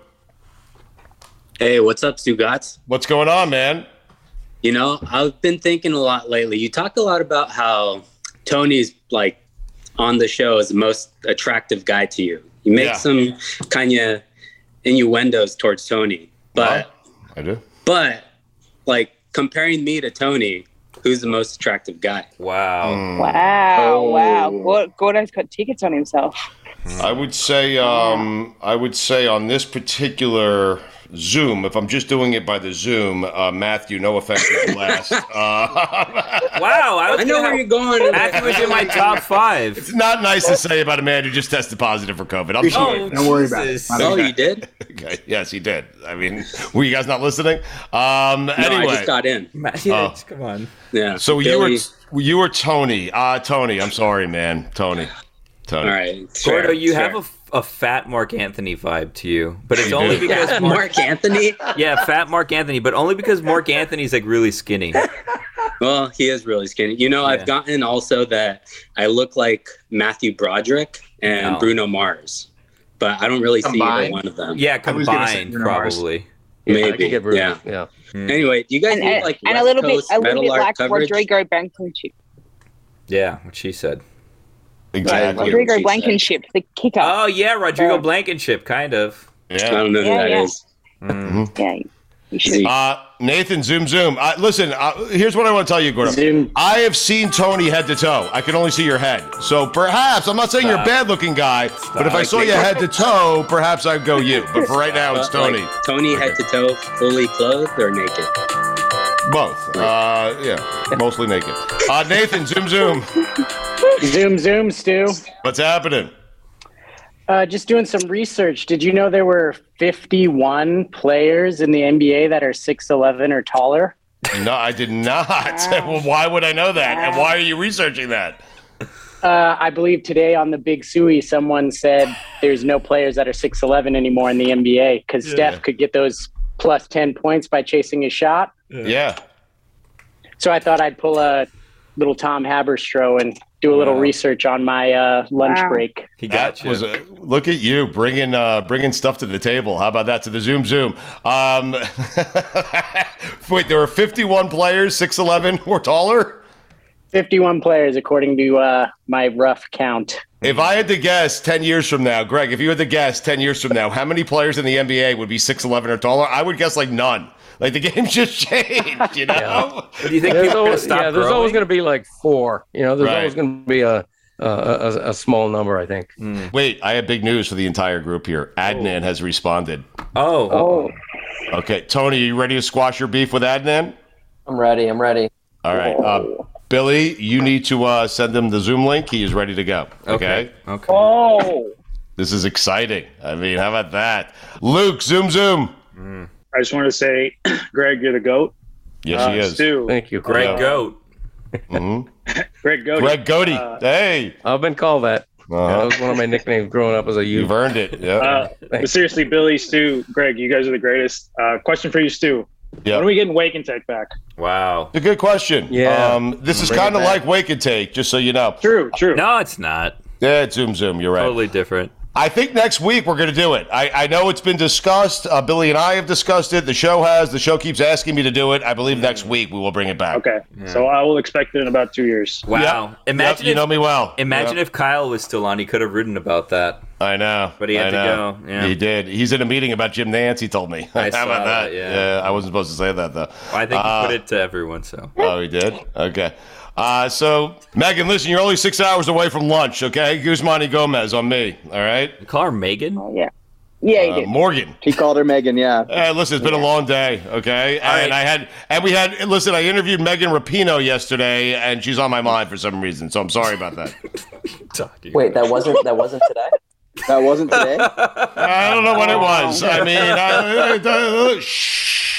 Hey, what's up, Stu Gotts?
What's going on, man?
You know, I've been thinking a lot lately. You talk a lot about how Tony's like on the show is the most attractive guy to you. You make
Yeah.
some kind of innuendos towards Tony, but
I do.
But like comparing me to Tony, who's the most attractive guy?
Wow.
Hmm.
Wow,
Oh.
wow. Gord- Gordo's got tickets on himself.
I would say, um, I would say on this particular Zoom, if I'm just doing it by the Zoom, uh, Matthew, no offense, is last. Uh,
Wow, I, was
I know
gonna
where
have-
you're going. with
Matthew
that.
was in my top five.
it's not nice to say about a man who just tested positive for COVID. I'm sorry.
Oh, Don't worry about it. Jesus. Oh, you did?
Okay. Yes, he did. I mean, were you guys not listening? Um,
No,
anyway,
I just got in.
Oh.
come on.
Yeah.
So
Billy-
you were you were Tony. Uh, Tony, I'm sorry, man. Tony. Tony.
All right.
Gordo,
Fair,
you
fair.
have a f- a, fat Mark Anthony vibe to you, but it's
You
only
do.
because
Fat Mark Anthony.
yeah, fat Mark Anthony, but only because Mark Anthony's like really skinny.
Well, he is really skinny. You know,
Yeah.
I've gotten also that I look like Matthew Broderick and
No.
Bruno Mars, but I don't really see
Combined?
either one of them.
Yeah, combined probably. Hmm.
Yeah, I could
Maybe.
get Bruno,
Yeah.
yeah.
Anyway, do you guys
And,
need
and,
like
and a
West
little bit,
Coast
a little
metal
bit
art
like
coverage?
Rodrigo Blankenship.
Yeah, what she said.
Exactly.
Rodrigo Blankenship, the kicker.
Oh yeah, Rodrigo Blankenship, kind of.
Yeah. I don't know who
Yeah,
that
that yeah.
is.
is.
should.
Uh, Nathan, zoom, zoom. Uh, listen, uh, here's what I want to tell you, Gordon. I have seen Tony head to toe. I can only see your head. So perhaps, I'm not saying you're a
Stop.
bad looking guy, but if I
Like
saw
me.
you head to toe, perhaps I'd go you. But for right now, it's
Uh, like,
Tony.
Tony head to toe, fully clothed or naked?
Both. Uh, yeah, mostly naked. Uh, Nathan, zoom, zoom.
Zoom, zoom, Stu.
What's happening?
Uh, just doing some research. Did you know there were 51 players in the NBA that are 6'11 or taller?
No, I did not. well, why would I know that? And why are you researching that?
Uh, I believe today on the Big Suey, someone said there's no players that are 6'11 anymore in the NBA because
Yeah.
Steph could get those plus 10 points by chasing a shot.
Yeah.
So I thought I'd pull a little Tom Haberstroh and do a little research on my uh, lunch
Wow.
break.
He got you. Was a, look at you bringing uh, bringing stuff to the table. How about that to the Zoom Zoom? Um, wait, there were 51 players, 6'11 or taller?
51 players, according to uh, my rough count.
If I had to guess 10 years from now, Greg, if you had to guess 10 years from now, how many players in the NBA would be 6'11 or taller? I would guess like none. Like the game just changed, you know?
Do you think
There's
people are going to
always-
stop
yeah, there's always
growing?
going to be like four. You know, there's
Right.
always going to be a, a, a a small number. I think.
Hmm. Wait, I have big news for the entire group here. Adnan has responded.
Oh.
Oh.
Okay, Tony, you ready to squash your beef with Adnan?
I'm ready. I'm ready.
All right. Uh, Billy, you need to uh, send him the Zoom link. He is ready to go. Okay.
Okay.
Oh.
This is exciting. I mean, how about that? Luke, Zoom, Zoom.
I just wanted to say, Greg, you're the goat.
Yes, he
Uh,
is.
Stu. Thank you. Greg
Yeah.
Goat.
Mhm.
Greg Goaty.
Greg Goaty.
Uh,
hey,
I've been called that.
Yeah,
that was one of my nicknames growing up as a youth. You've
earned it. Yeah.
Uh, but seriously, Billy, Stu, Greg, you guys are the greatest. Uh, question for you, Stu.
Yeah.
When are we getting Wake and Tech back?
Wow.
It's a good question.
Yeah.
Um, this is
Bring it
kind of
back.
like Wake and Take, just so you know.
True, true.
No, it's not.
Yeah, it's Zoom, Zoom. You're right.
Totally different.
I think next week we're going to do it. I, I know it's been discussed. Uh, Billy and I have discussed it. The show has. The show keeps asking me to do it. I believe next week we will bring it back.
Okay. So I will expect it in about two years.
Wow.
Yep.
Imagine
Yep, you
if-
know me well.
Imagine
Yep.
if Kyle was still on, he could have written about that.
I know.
But he had
I
to
know.
go. Yeah.
He did. He's in a meeting about Jim Nance. He told me.
I
How
saw
about
that,
that?
yeah.
I wasn't supposed to say that though.
I think
Uh,
he put it to everyone. So
Oh, he did. Okay. Uh, so Megan, listen, you're only six hours away from lunch. Okay, Guzmani Gomez on me. All right.
call her Megan.
yeah. Yeah, you
Uh,
did.
Morgan.
Oh, He called her Megan. Yeah.
Hey, listen, it's been a long day, okay? and I had, and we had, and listen, I interviewed Megan Rapino yesterday, and she's on my mind for some reason, so I'm sorry about that.
Wait, that wasn't that wasn't today.
That wasn't today.
I don't know what it was. I mean, I, I- I-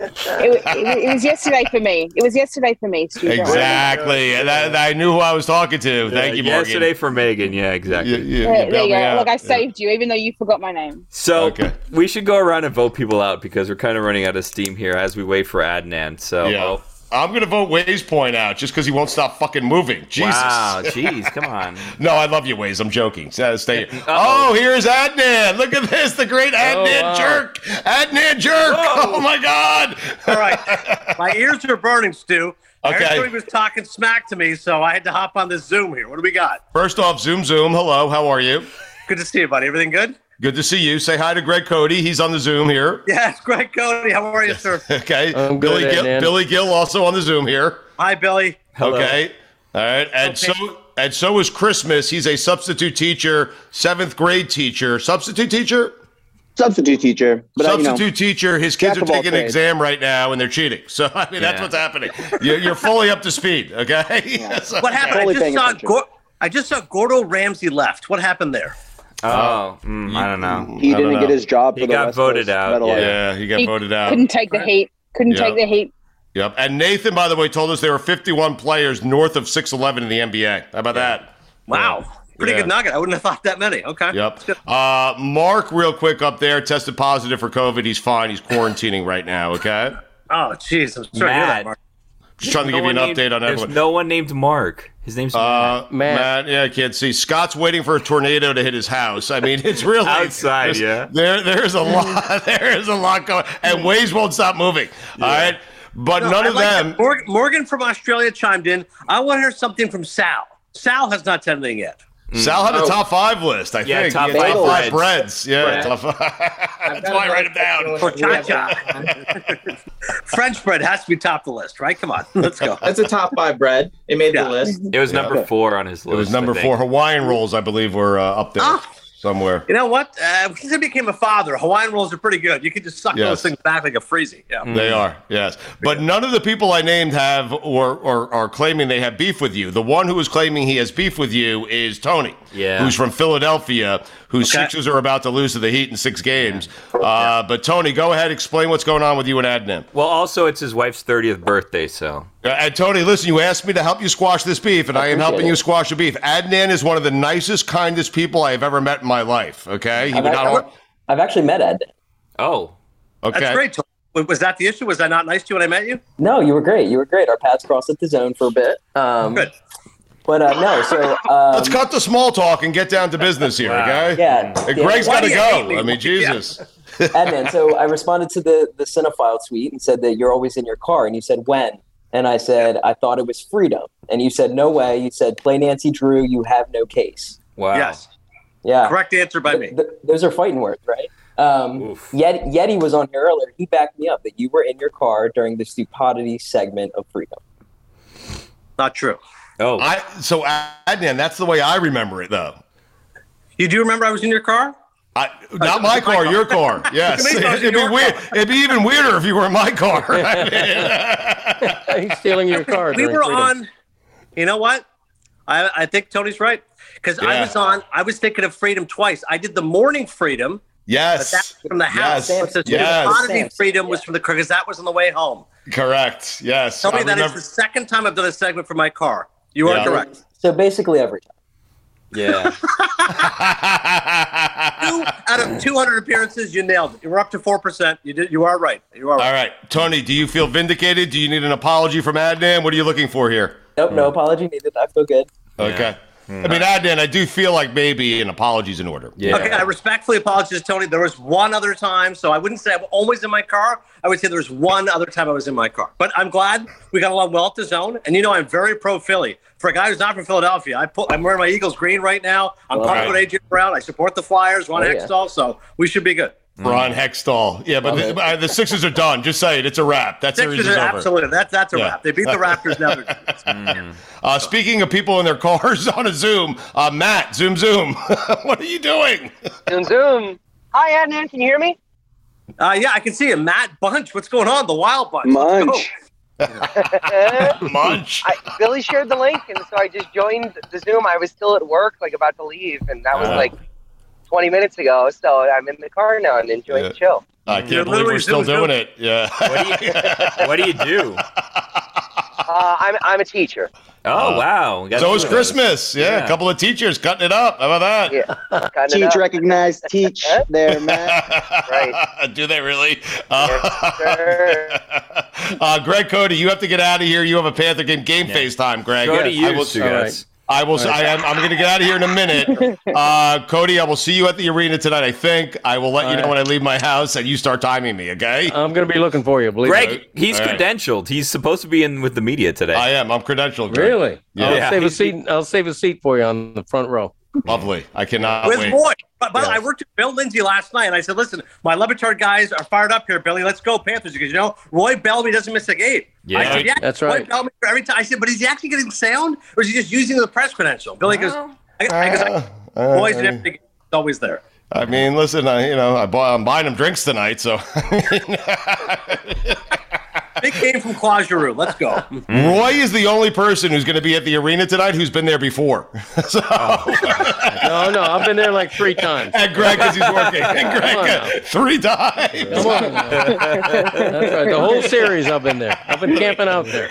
It, wa- it, wa- it was yesterday for me. It was yesterday for me, Stu. Don't worry.
exactly. And I, I knew who I was talking to. Thank you, Morgan.
Uh, Yesterday for Megan. Yeah, exactly.
Yeah,
There, there you go. Look, I saved you, even though you forgot my name.
So we should go around and vote people out because we're kind of running out of steam here as we wait for Adnan. So
Yeah. I'm gonna vote Waze Point out just because he won't stop fucking moving. Jesus.
Wow, jeez, come on.
no, I love you, Waze. I'm joking. Uh, Stay here. Oh, here's Adnan. Look at this, the great Adnan
Oh, wow.
jerk. Adnan jerk. Oh my God.
All right. My ears are burning, Stu.
Okay.
Everybody was talking smack to me, so I had to hop on this Zoom here. What do we got?
First off, Zoom Zoom. Hello, how are you?
Good to see you, buddy. Everything good?
Good to see you. Say hi to Greg Cody. He's on the Zoom here.
Yes, Greg Cody. How are you, sir?
Okay.
I'm good,
Billy Gill,
Adnan.
Billy Gill also on the Zoom here.
Hi, Billy.
Okay. All right. And so and so is Christmas. He's a substitute teacher, seventh grade teacher, substitute teacher,
Substitute teacher. But I, you know,
substitute teacher. His kids
jack
are
of all
taking an
trades.
exam right now and they're cheating. So I mean that's
Yeah.
what's happening. You're, you're fully up to speed. Okay. So-
What happened? I just saw Gor- I just saw Gordo Ramsey left. What happened there?
Uh,
Oh, mm, I don't know.
He
I don't
didn't
know.
get his job for
He
the
got
West
voted
Coast
out.
Medal.
Yeah.
yeah, he got
He
voted out.
Couldn't take the heat. Couldn't
Yeah.
take the heat.
Yep. And Nathan, by the way, told us there were 51 players north of 6'11 in the NBA. How about that?
Wow. Pretty
Yeah.
good nugget. I wouldn't have thought that many. Okay.
Yep. Uh, Mark, real quick up there, tested positive for COVID. He's fine. He's quarantining right now. Okay.
Oh, jeez. I'm sorry to hear
Matt.
that, Mark.
Just trying to give you an
one
update on
named-
everyone.
There's no one named Mark. His name's
Uh,
Matt.
Matt. yeah, I can't see. Scott's waiting for a tornado to hit his house. I mean, it's really
Outside,
there's-
yeah.
There, there's
Mm.
a lot. There is a lot going, and waves won't stop moving. All right, but
No,
none
I
of
like that.
them.
Mor- Morgan from Australia chimed in. I want to hear something from Sal. Sal has not said anything yet.
Mm. Sal had
Oh.
the top five list. I
Yeah,
think
top
He had
five
five
breads.
breads. Yeah,
Bread.
top five. That's why I write them down.
For cha-cha. French bread has to be top the list, right? Come on, let's go.
That's a top five bread. It made the list.
It was
Yeah.
number four on his
It
list.
was
I
number
think.
four. Hawaiian rolls, I believe, were uh, up there somewhere.
You know what? Uh, since I became a father, Hawaiian rolls are pretty good. You can just suck
Yes. Mm.
those things back like a freezy. Yeah.
They are, yes. But none of the people I named have or, or are claiming they have beef with you. The one who is claiming he has beef with you is Tony,
Yeah.
who's from Philadelphia, whose Sixers are about to lose to the Heat in six games. Uh, But Tony, go ahead, explain what's going on with you and Adnan.
Well, also it's his wife's thirtieth birthday, so
Uh, and Tony, listen, you asked me to help you squash this beef, and I, am
appreciate
helping
it.
you squash the beef. Adnan is one of the nicest, kindest people I have ever met in my life, okay? He
I've,
would not
I've- I've actually met Ed.
Oh,
okay.
That's great. Tony. w- was that the issue? Was I not nice to you when I met you?
No, you were great. You were great. Our paths crossed at the zone for a bit. Um,
Good.
But uh, no, so um,
Let's cut the small talk and get down to business here, okay?
Yeah.
Hey,
Yeah.
Greg's
Why
got to
do you hate
go.
me?
I mean, Jesus.
Admin. So I responded to the the cinephile tweet and said that you're always in your car, and you said when, and I said I thought it was freedom, and you said no way. You said play Nancy Drew. You have no case.
Wow.
Yes.
Yeah.
Correct answer by me.
Those are fighting words, right? Um, Yeti, Yeti was on here earlier. He backed me up that you were in your car during the stupidity segment of freedom.
Not true.
Oh,
I so Adnan, that's the way I remember it, though.
You do remember I was in your car?
I, not my car, your car. Yes,
Maybe I was in
it'd be
your
weird. It'd be even weirder if you were in my car. I mean,
He's stealing your car.
we
during
were
freedom.
on. You know what? I, I think Tony's right because I
Yeah.
was on. I was thinking of freedom twice. I did the morning freedom.
Yes.
but that was from the house.
Yes.
But the
Yes.
commodity freedom was from the car because that was on the way home.
correct. Yes.
Tell
I
me that is
remember-
the second time I've done a segment for my car. You are
Yeah.
correct.
So basically every time.
Yeah.
Two out of 200 appearances, you nailed it. You were up to four percent. You did. You are right. You are right.
All right, Tony. Do you feel vindicated? Do you need an apology from Adnan? What are you looking for here?
Nope, no apology needed. I feel good.
Okay. I mean, Adnan, I do feel like maybe an apology's in order.
Okay, I respectfully apologize, Tony. There was one other time, so I wouldn't say I'm always in my car. I would say there was one other time I was in my car. But I'm glad we got along well at the zone. And you know, I'm very pro Philly. For a guy who's not from Philadelphia, I put, I'm wearing my Eagles green right now. I'm
Love it.
part with AJ Brown. I support the Flyers, Ron
Oh, yeah.
Hextall, so we should be good.
Ron Hextall. Yeah, but the, uh, the Sixers are done. Just say it. It's a wrap. That series
Sixers
is
are
over.
absolutely. That's that's a
Yeah.
wrap. They beat the Raptors now. they're-
Uh, speaking of people in their cars on a Zoom, uh, Matt, Zoom, Zoom. what are you doing?
Zoom, Zoom.
Hi, Adnan. Can you hear me?
Uh, yeah, I can see him. Matt Bunch, what's going on? The Wild Bunch. Oh.
Munch.
Munch.
I, Billy shared the link, and so I just joined the Zoom. I was still at work, like about to leave, and that was
Yeah.
like 20 minutes ago. So I'm in the car now and enjoying the show.
Mm,
I can't believe we're still doing it. Yeah.
What do you do?
Uh, I'm, I'm a teacher.
Oh, wow. We got
Uh, so
two
it's
of those.
Christmas. Yeah,
Yeah.
a couple of teachers cutting it up. How about that?
Yeah.
Teach recognized, teach there, Matt.
right. Do they really? Uh, uh, Greg Cody, you have to get out of here. You have a Panther game game face time, Greg.
Go to you,
I will,
Stu, guys.
I will.
All right.
I am, I'm going to get out of here in a minute. Uh, Cody, I will see you at the arena tonight. I think I will let
All
you know
right.
when I leave my house, and you start timing me. Okay.
I'm going to be looking for you. Believe
Greg,
me.
he's credentialed. He's supposed to be in with the media today. I
am. I'm credentialed.
Really?
Yeah.
I'll
Yeah.
save a seat. I'll save a seat for you on the front row.
Lovely. I cannot
with Boyd. But, but I worked with Bill Lindsay last night, and I said, "Listen, my Levitard guys are fired up here, Billy. Let's go Panthers!" Because you know Roy Bellamy doesn't miss a game.
Yeah.
I said,
That's
Roy
right.
Bellamy every time. I said, "But is he actually getting sound, or is he just using the press credential?" Billy goes, "I, I, guess I
uh,
Roy's in
uh.
every game. He's always there."
I mean, listen. I, you know, I bought, I'm buying them drinks tonight, so
Big game from Claude Giroux. Let's go.
Mm.
Roy is the only person who's going to be at the arena tonight who's been there before. so,
Oh. No, no, I've been there like three times.
And Greg, because he's working. And Greg,
Come on now.
uh, three times.
Come on. now. That's right. The whole series, I've been there. I've been camping out there.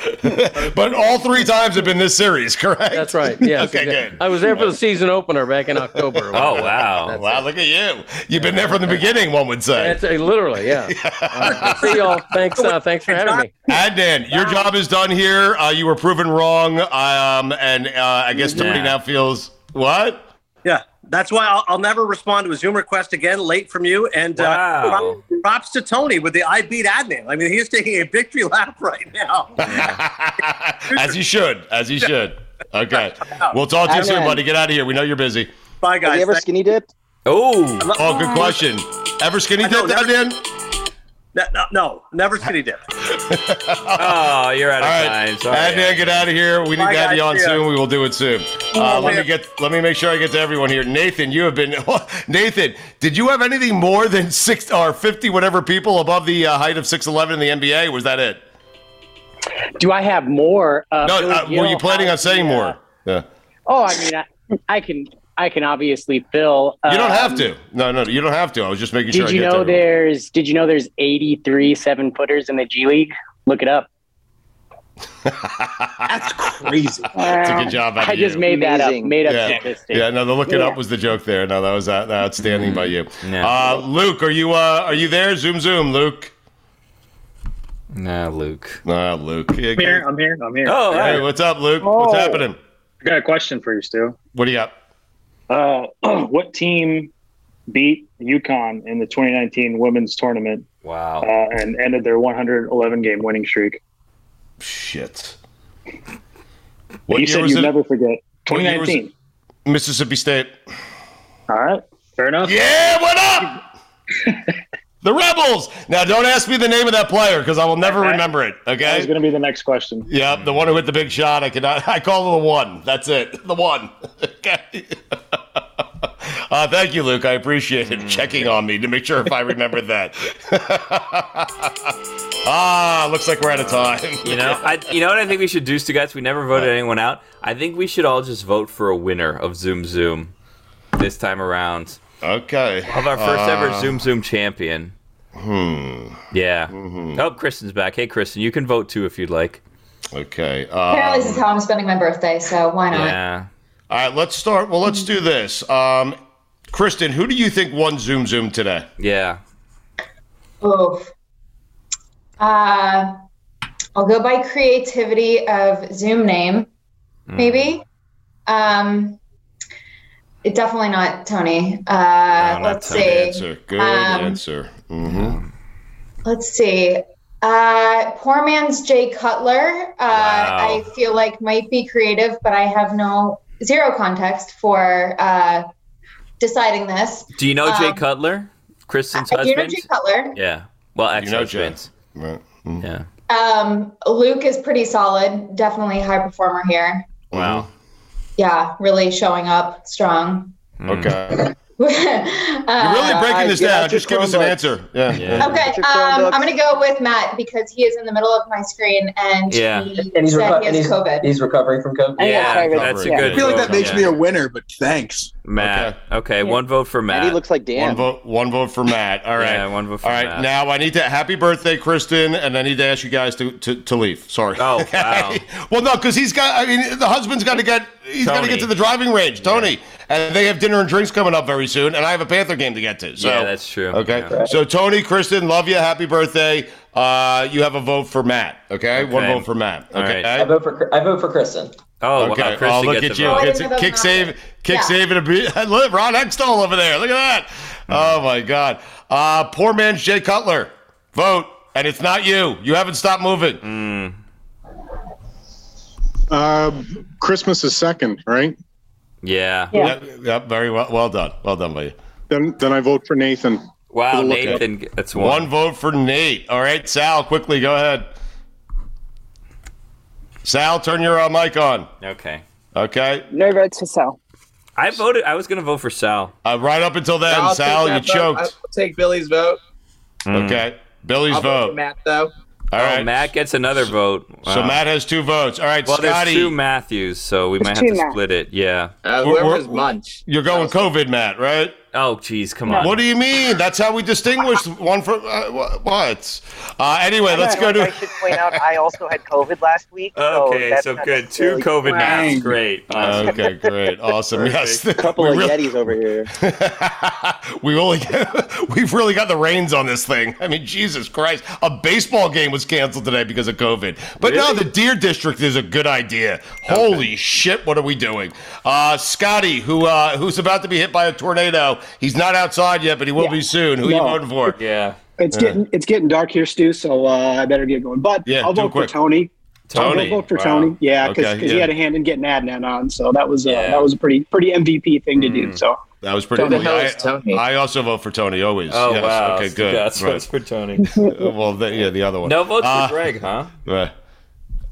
But all three times have been this series, correct?
That's right. Yes.
Okay,
exactly.
good.
I was there for the season opener back in October.
Oh, wow.
wow, look at you. You've been there from the beginning, one would say.
That's, uh, literally, yeah. All right. See y'all. Thanks. Uh, thanks for having me.
Adnan, your job is done here. Uh, you were proven wrong. Um, and uh, I guess Tony
Yeah.
now feels what?
Yeah, that's why I'll, I'll never respond to a Zoom request again. Late from you, and uh,
Wow.
prop- props to Tony with the I beat Adnan. I mean, he's taking a victory lap right now.
As you should. As you should. Okay. We'll talk to you soon,
Adnan.
buddy. Get out of here. We know you're busy.
Bye,
Have you ever skinny dipped?
Oh.
Oh, good question. Ever skinny
I know,
dipped,
never-
Adnan?
No, no, no, never skinny dip.
Oh, you're out of
All right.
time. Sorry.
Adnan, get out of here. We need
Bye,
to have you
guys.
on
See ya.
soon. We will do it soon. Uh,
Oh,
let me
man.
get. Let me make sure I get to everyone here. Nathan, you have been. Nathan, did you have anything more than six or fifty whatever people above the uh, height of six eleven in the NBA? Was that it?
Do I have more? Uh,
no.
Billy
Uh, were you
Gill,
planning on saying more? Yeah.
Oh, I mean, I, I can, I can obviously fill.
You don't have
um,
to. No, no, you don't have to. I was just making sure.
Did you
I get
know
to everyone.
there's? Did you know there's 83 seven footers in the G League? Look it up.
That's
crazy.
That's a good job. out
I
of
just
you.
made that up. Made up
Yeah,
statistic.
yeah no, the look it
Yeah. Mm-hmm.
up was the joke there. No, that was uh, outstanding by you. Uh, Luke, are you uh, are you there? Zoom, zoom, Luke.
Nah, Luke.
Nah, Luke. Yeah,
I'm here. I'm here. I'm here.
Oh, hey, what's up, Luke?
Oh.
What's happening?
I got a question for you, Stu.
What do you got?
Uh, what team beat UConn in the 2019 women's tournament?
Wow.
Uh, and ended their 111 game winning streak.
Shit.
you said you never forget. 2019.
Mississippi State.
All right. Fair enough.
Yeah, what up? the Rebels. Now, don't ask me the name of that player because I will never remember it. Okay.
That was going to be the next question.
Yep, the one who hit the big shot. I cannot. I call it the one. That's it. The one. okay. Uh, thank you, Luke. I appreciate
Mm.
it checking on me to make sure if I remember that. ah, looks like we're out of time.
You know, I, you know what I think we should do, Stu guys? We never voted anyone out. I think we should all just vote for a winner of Zoom Zoom this time around.
Okay.
Of our first ever
Uh,
Zoom Zoom champion.
Hmm. Mm-hmm.
Yeah. Oh, Kristen's back. Hey, Kristen, you can vote too if you'd like.
Okay. um,
Apparently, this is how I'm spending my birthday, so why not?
All right, let's start. Well, let's do this. Um, Kristen, who do you think won Zoom Zoom today?
Yeah.
Oh. Uh, I'll go by creativity of Zoom name,
Mm.
Mm.
maybe. Um, it definitely not Tony. Uh, let's
Good
see.
answer. Good
Um,
answer. hmm
Let's see. Uh, poor man's Jay Cutler. Uh, I feel like might be creative, but I have no zero context for uh, deciding this.
Do you know Jay
Um,
Cutler? Kristen's
I do know
husband?
Jay Cutler.
Yeah. Well, ex husband.
Mm-hmm.
Yeah.
Um, Luke is pretty solid. Definitely high performer here.
Wow.
Yeah, really showing up strong.
Mm-hmm.
Mm.
Um,
Okay.
You're
You're
Uh,
really breaking this down. Just give us an answer. Yeah.
Okay, um, I'm going to go with Matt because he is in the middle of my screen and
Yeah.
he
And he's,
said
reco-
he
and
has
he's,
COVID.
he's recovering from COVID.
Yeah,
that's a good
I feel like that
vote,
makes
yeah.
me a winner, but thanks.
Matt. Okay, one vote for Matt.
he looks
like Dan.
One vote. One vote for Matt. All right.
Yeah, one vote for
All right.
Matt.
Now I need to happy birthday, Kristen, and I need to ask you guys to to, to leave. Sorry.
Oh, wow.
well, no, because he's got. I mean, the husband's got to get. He's got to
Tony.
get to the driving range, Tony, and they have dinner and drinks coming up very soon, and I have a Panther game to get to. So
yeah, that's true.
Okay. So Tony, Kristen, love you. Happy birthday. Uh, you have a vote for Matt. Okay. One
Okay.
vote for Matt.
All
Okay.
I vote for I vote for Kristen.
Oh,
okay.
Kristen
oh, look at
gets a
you.
vote.
Gets-
Oh, I didn't
kick
vote
save, kick
Yeah.
save, and a beat. Look, Ron Hextall over there. Look at that. Oh my God. Uh, poor man's Jay Cutler. Vote, and it's not you. You haven't stopped moving.
Hmm.
Um, Christmas is second, right?
Yeah.
Yep, yep, Very well. Well done. Well done, buddy.
Then then I vote for Nathan.
Wow,
For the lookout.
Nathan. That's one.
One vote for Nate. All right, Sal. Quickly, go ahead. Sal, turn your uh, mic on.
Okay.
Okay.
No votes for Sal.
I voted. I was going to vote for Sal.
Uh, right up until then,
I'll take
Sal, you
that vote.
choked.
I'll take Billy's vote.
Okay. Billy's
I'll vote
vote.
for Matt though.
All right.
Mm. Oh, Matt gets another vote.
So
Wow.
Matt has two votes. All right,
Well,
Scotty.
there's two Matthews, so we
There's
might have
two
to
Matthews.
split it. Yeah.
Uh,
We're-
whoever's
we're-
munch.
You're going COVID, Matt, right?
Oh, geez, come
No. on.
What do you mean? That's how we distinguish one from uh, wha- what? Uh, anyway, let's
I
go
don't know
to.
if I should point out I also had COVID last week. So
Okay,
that's
so
not
good. Two
necessarily-
COVID Mats. Great. Awesome.
Okay, great, awesome. Yes,
Perfect.
Couple
we
of
really-
Yetis over here.
We only we've really got the reins on this thing. I mean, Jesus Christ! A baseball game was canceled today because of COVID. But now the Deer District is a good idea. Holy shit! What are we doing? Uh, Scotty, who uh, who's about to be hit by a tornado. He's not outside yet, but he will be soon. Who are you
No.
voting for?
Yeah. Uh,
It's getting it's getting dark here, Stu. So uh, I better get going. But
Yeah,
I'll
do it
vote for
quick.
Tony.
Tony,
I'll vote for
wow.
Tony. Yeah, because
Okay,
he
yeah.
had a hand in getting Adnan on. So that was uh,
Yeah. Hmm.
that was a pretty pretty MVP thing to do. So
That was pretty.
Who the
cool.
hell
I-
is Tony?
I, also vote for Tony always.
Oh,
Yes.
wow.
Okay, good.
Yeah, that's
Right.
votes for Tony.
Uh, well, the, yeah, the other one.
No votes
Uh,
for Greg, huh?
right.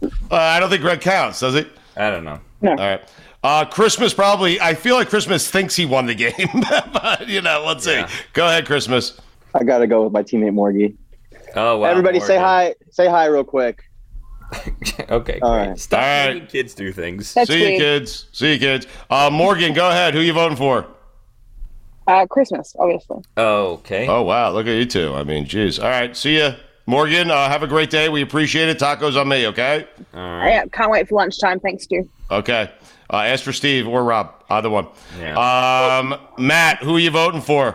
Uh, I don't think Greg counts, does he?
I don't know.
All right. Uh, Christmas probably. I feel like Christmas thinks he won the game, but you know, let's see. Go ahead, Christmas.
I gotta go with my teammate Morgie.
Oh
Everybody, say hi. Say hi real quick.
okay.
All
great.
right.
Stop
All right.
making kids do things.
see you, kids. See you, kids. Uh, Morgan, go ahead. Who you voting for?
Uh, Christmas, obviously.
Oh, okay.
Oh wow, look at you two. I mean, jeez. All right, see ya, Morgan. Uh, have a great day. We appreciate it. Tacos on me, okay? All
Yeah, can't wait for lunchtime. Thanks, Stu.
Okay. Uh, ask for Steve or Rob, either one. Um, Matt, who are you voting for?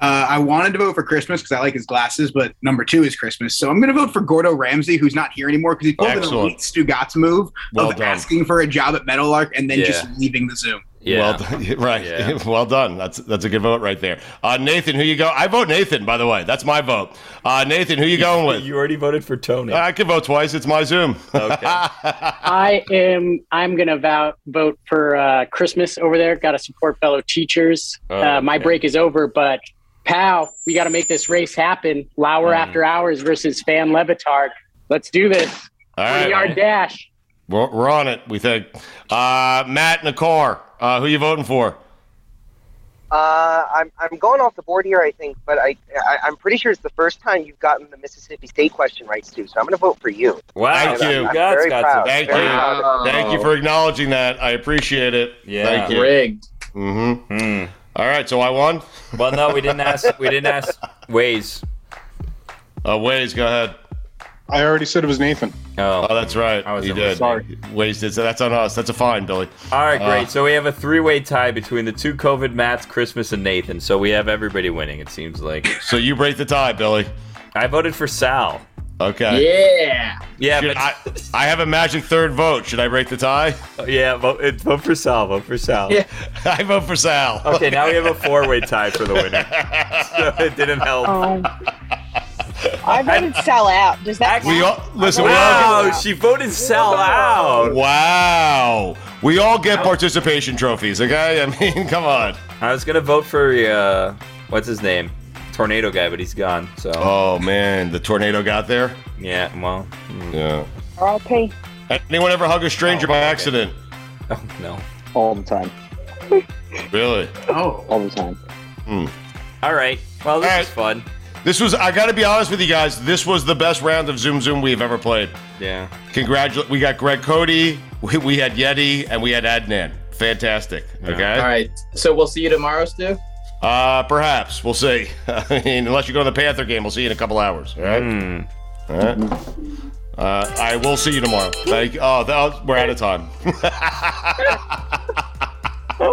Uh, I wanted to vote for Christmas because I like his glasses, but number two is Christmas. So I'm going to vote for Gordo Ramsay, who's not here anymore because he pulled an
Excellent.
elite Stugatz move
Well
of
done.
asking for a job at Meadowlark and then
Yeah.
just leaving the Zoom.
Well done. Right. Well done. That's that's a good vote right there. Uh, Nathan, who you go? I vote Nathan. By the way, that's my vote. Uh, Nathan, who you going with?
you already voted for Tony.
I can vote twice. It's my Zoom. Okay.
I am. I'm gonna vow, vote for uh, Christmas over there. Got to support fellow teachers.
Oh,
uh, my break is over, but pow, we got to make this race happen. Lauer
Hmm.
after hours versus Fan Levitard. Let's do this.
All right.
yard dash.
we're, we're on it. We think. Uh, Matt Nakor, uh, who you voting for?
Uh, I'm, I'm going off the board here, I think, but I, I I'm pretty sure it's the first time you've gotten the Mississippi State question right, Stu. So I'm going to vote for you.
Wow.
Thank
I'm-
you.
I'm very proud.
Thank
Very
you.
proud of it.
Thank you for acknowledging that. I appreciate it.
Yeah.
Thank you.
Rigged.
Mm-hmm. All right. So I won.
Well, no, we didn't ask. We didn't ask Waze.
Uh, Waze, go ahead.
I already said it was Nathan.
Oh,
that's right. I was you did.
Sorry.
Waze did. So that's on us. That's a fine, Billy.
All right,
Uh,
great. so we have a three-way tie between the two COVID mats, Christmas and Nathan. So we have everybody winning. It seems like.
So you break the tie, Billy.
I voted for Sal.
Okay.
Yeah.
Yeah,
Should I, I have a magic third vote. Should I break the tie?
Yeah, vote, uh, vote for Sal. Vote for Sal.
Yeah. I vote for Sal.
Okay, now we have a four-way tie for the winner. so it didn't help.
Oh. I voted sell out. Does that
We all listen.
Wow,
we all
she voted Sal out.
Wow. We all get participation trophies. Okay. I mean, come on.
I was gonna vote for uh, what's his name, tornado guy, but he's gone. So.
Oh man, the tornado got there.
Yeah. Well. hmm.
Yeah.
RIP.
Anyone ever hug a stranger by accident?
Oh no.
all the time,
Really?
oh, all the time.
Hmm.
All right. Well, this is fun.
This was. I got to be honest with you guys. This was the best round of Zoom Zoom we've ever played.
Yeah.
Congratulate. We got Greg Cody. We, we had Yeti, and we had Adnan. Fantastic. Okay.
All right. So we'll see you tomorrow, Stu.
Uh, perhaps we'll see. I mean, unless you go to the Panther game, we'll see you in a couple hours. All right. All right. Uh, I will see you tomorrow. Thank. Oh, that, we're out of time.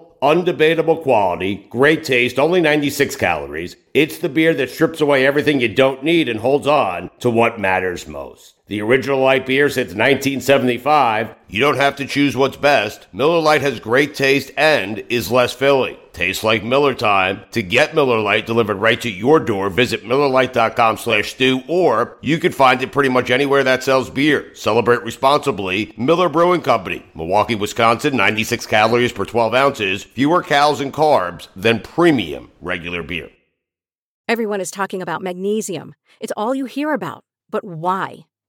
undebatable quality, great taste, only 96 calories. It's the beer that strips away everything you don't need and holds on to what matters most. The original light beer since 1975. You don't have to choose what's best. Miller Lite has great taste and is less filling. Tastes like Miller time. To get Miller Lite delivered right to your door, visit MillerLite.com slash stew, or you can find it pretty much anywhere that sells beer. Celebrate responsibly. Miller Brewing Company, Milwaukee, Wisconsin, 96 calories per 12 ounces, fewer calories and carbs than premium regular beer.
Everyone is talking about magnesium. It's all you hear about. But why?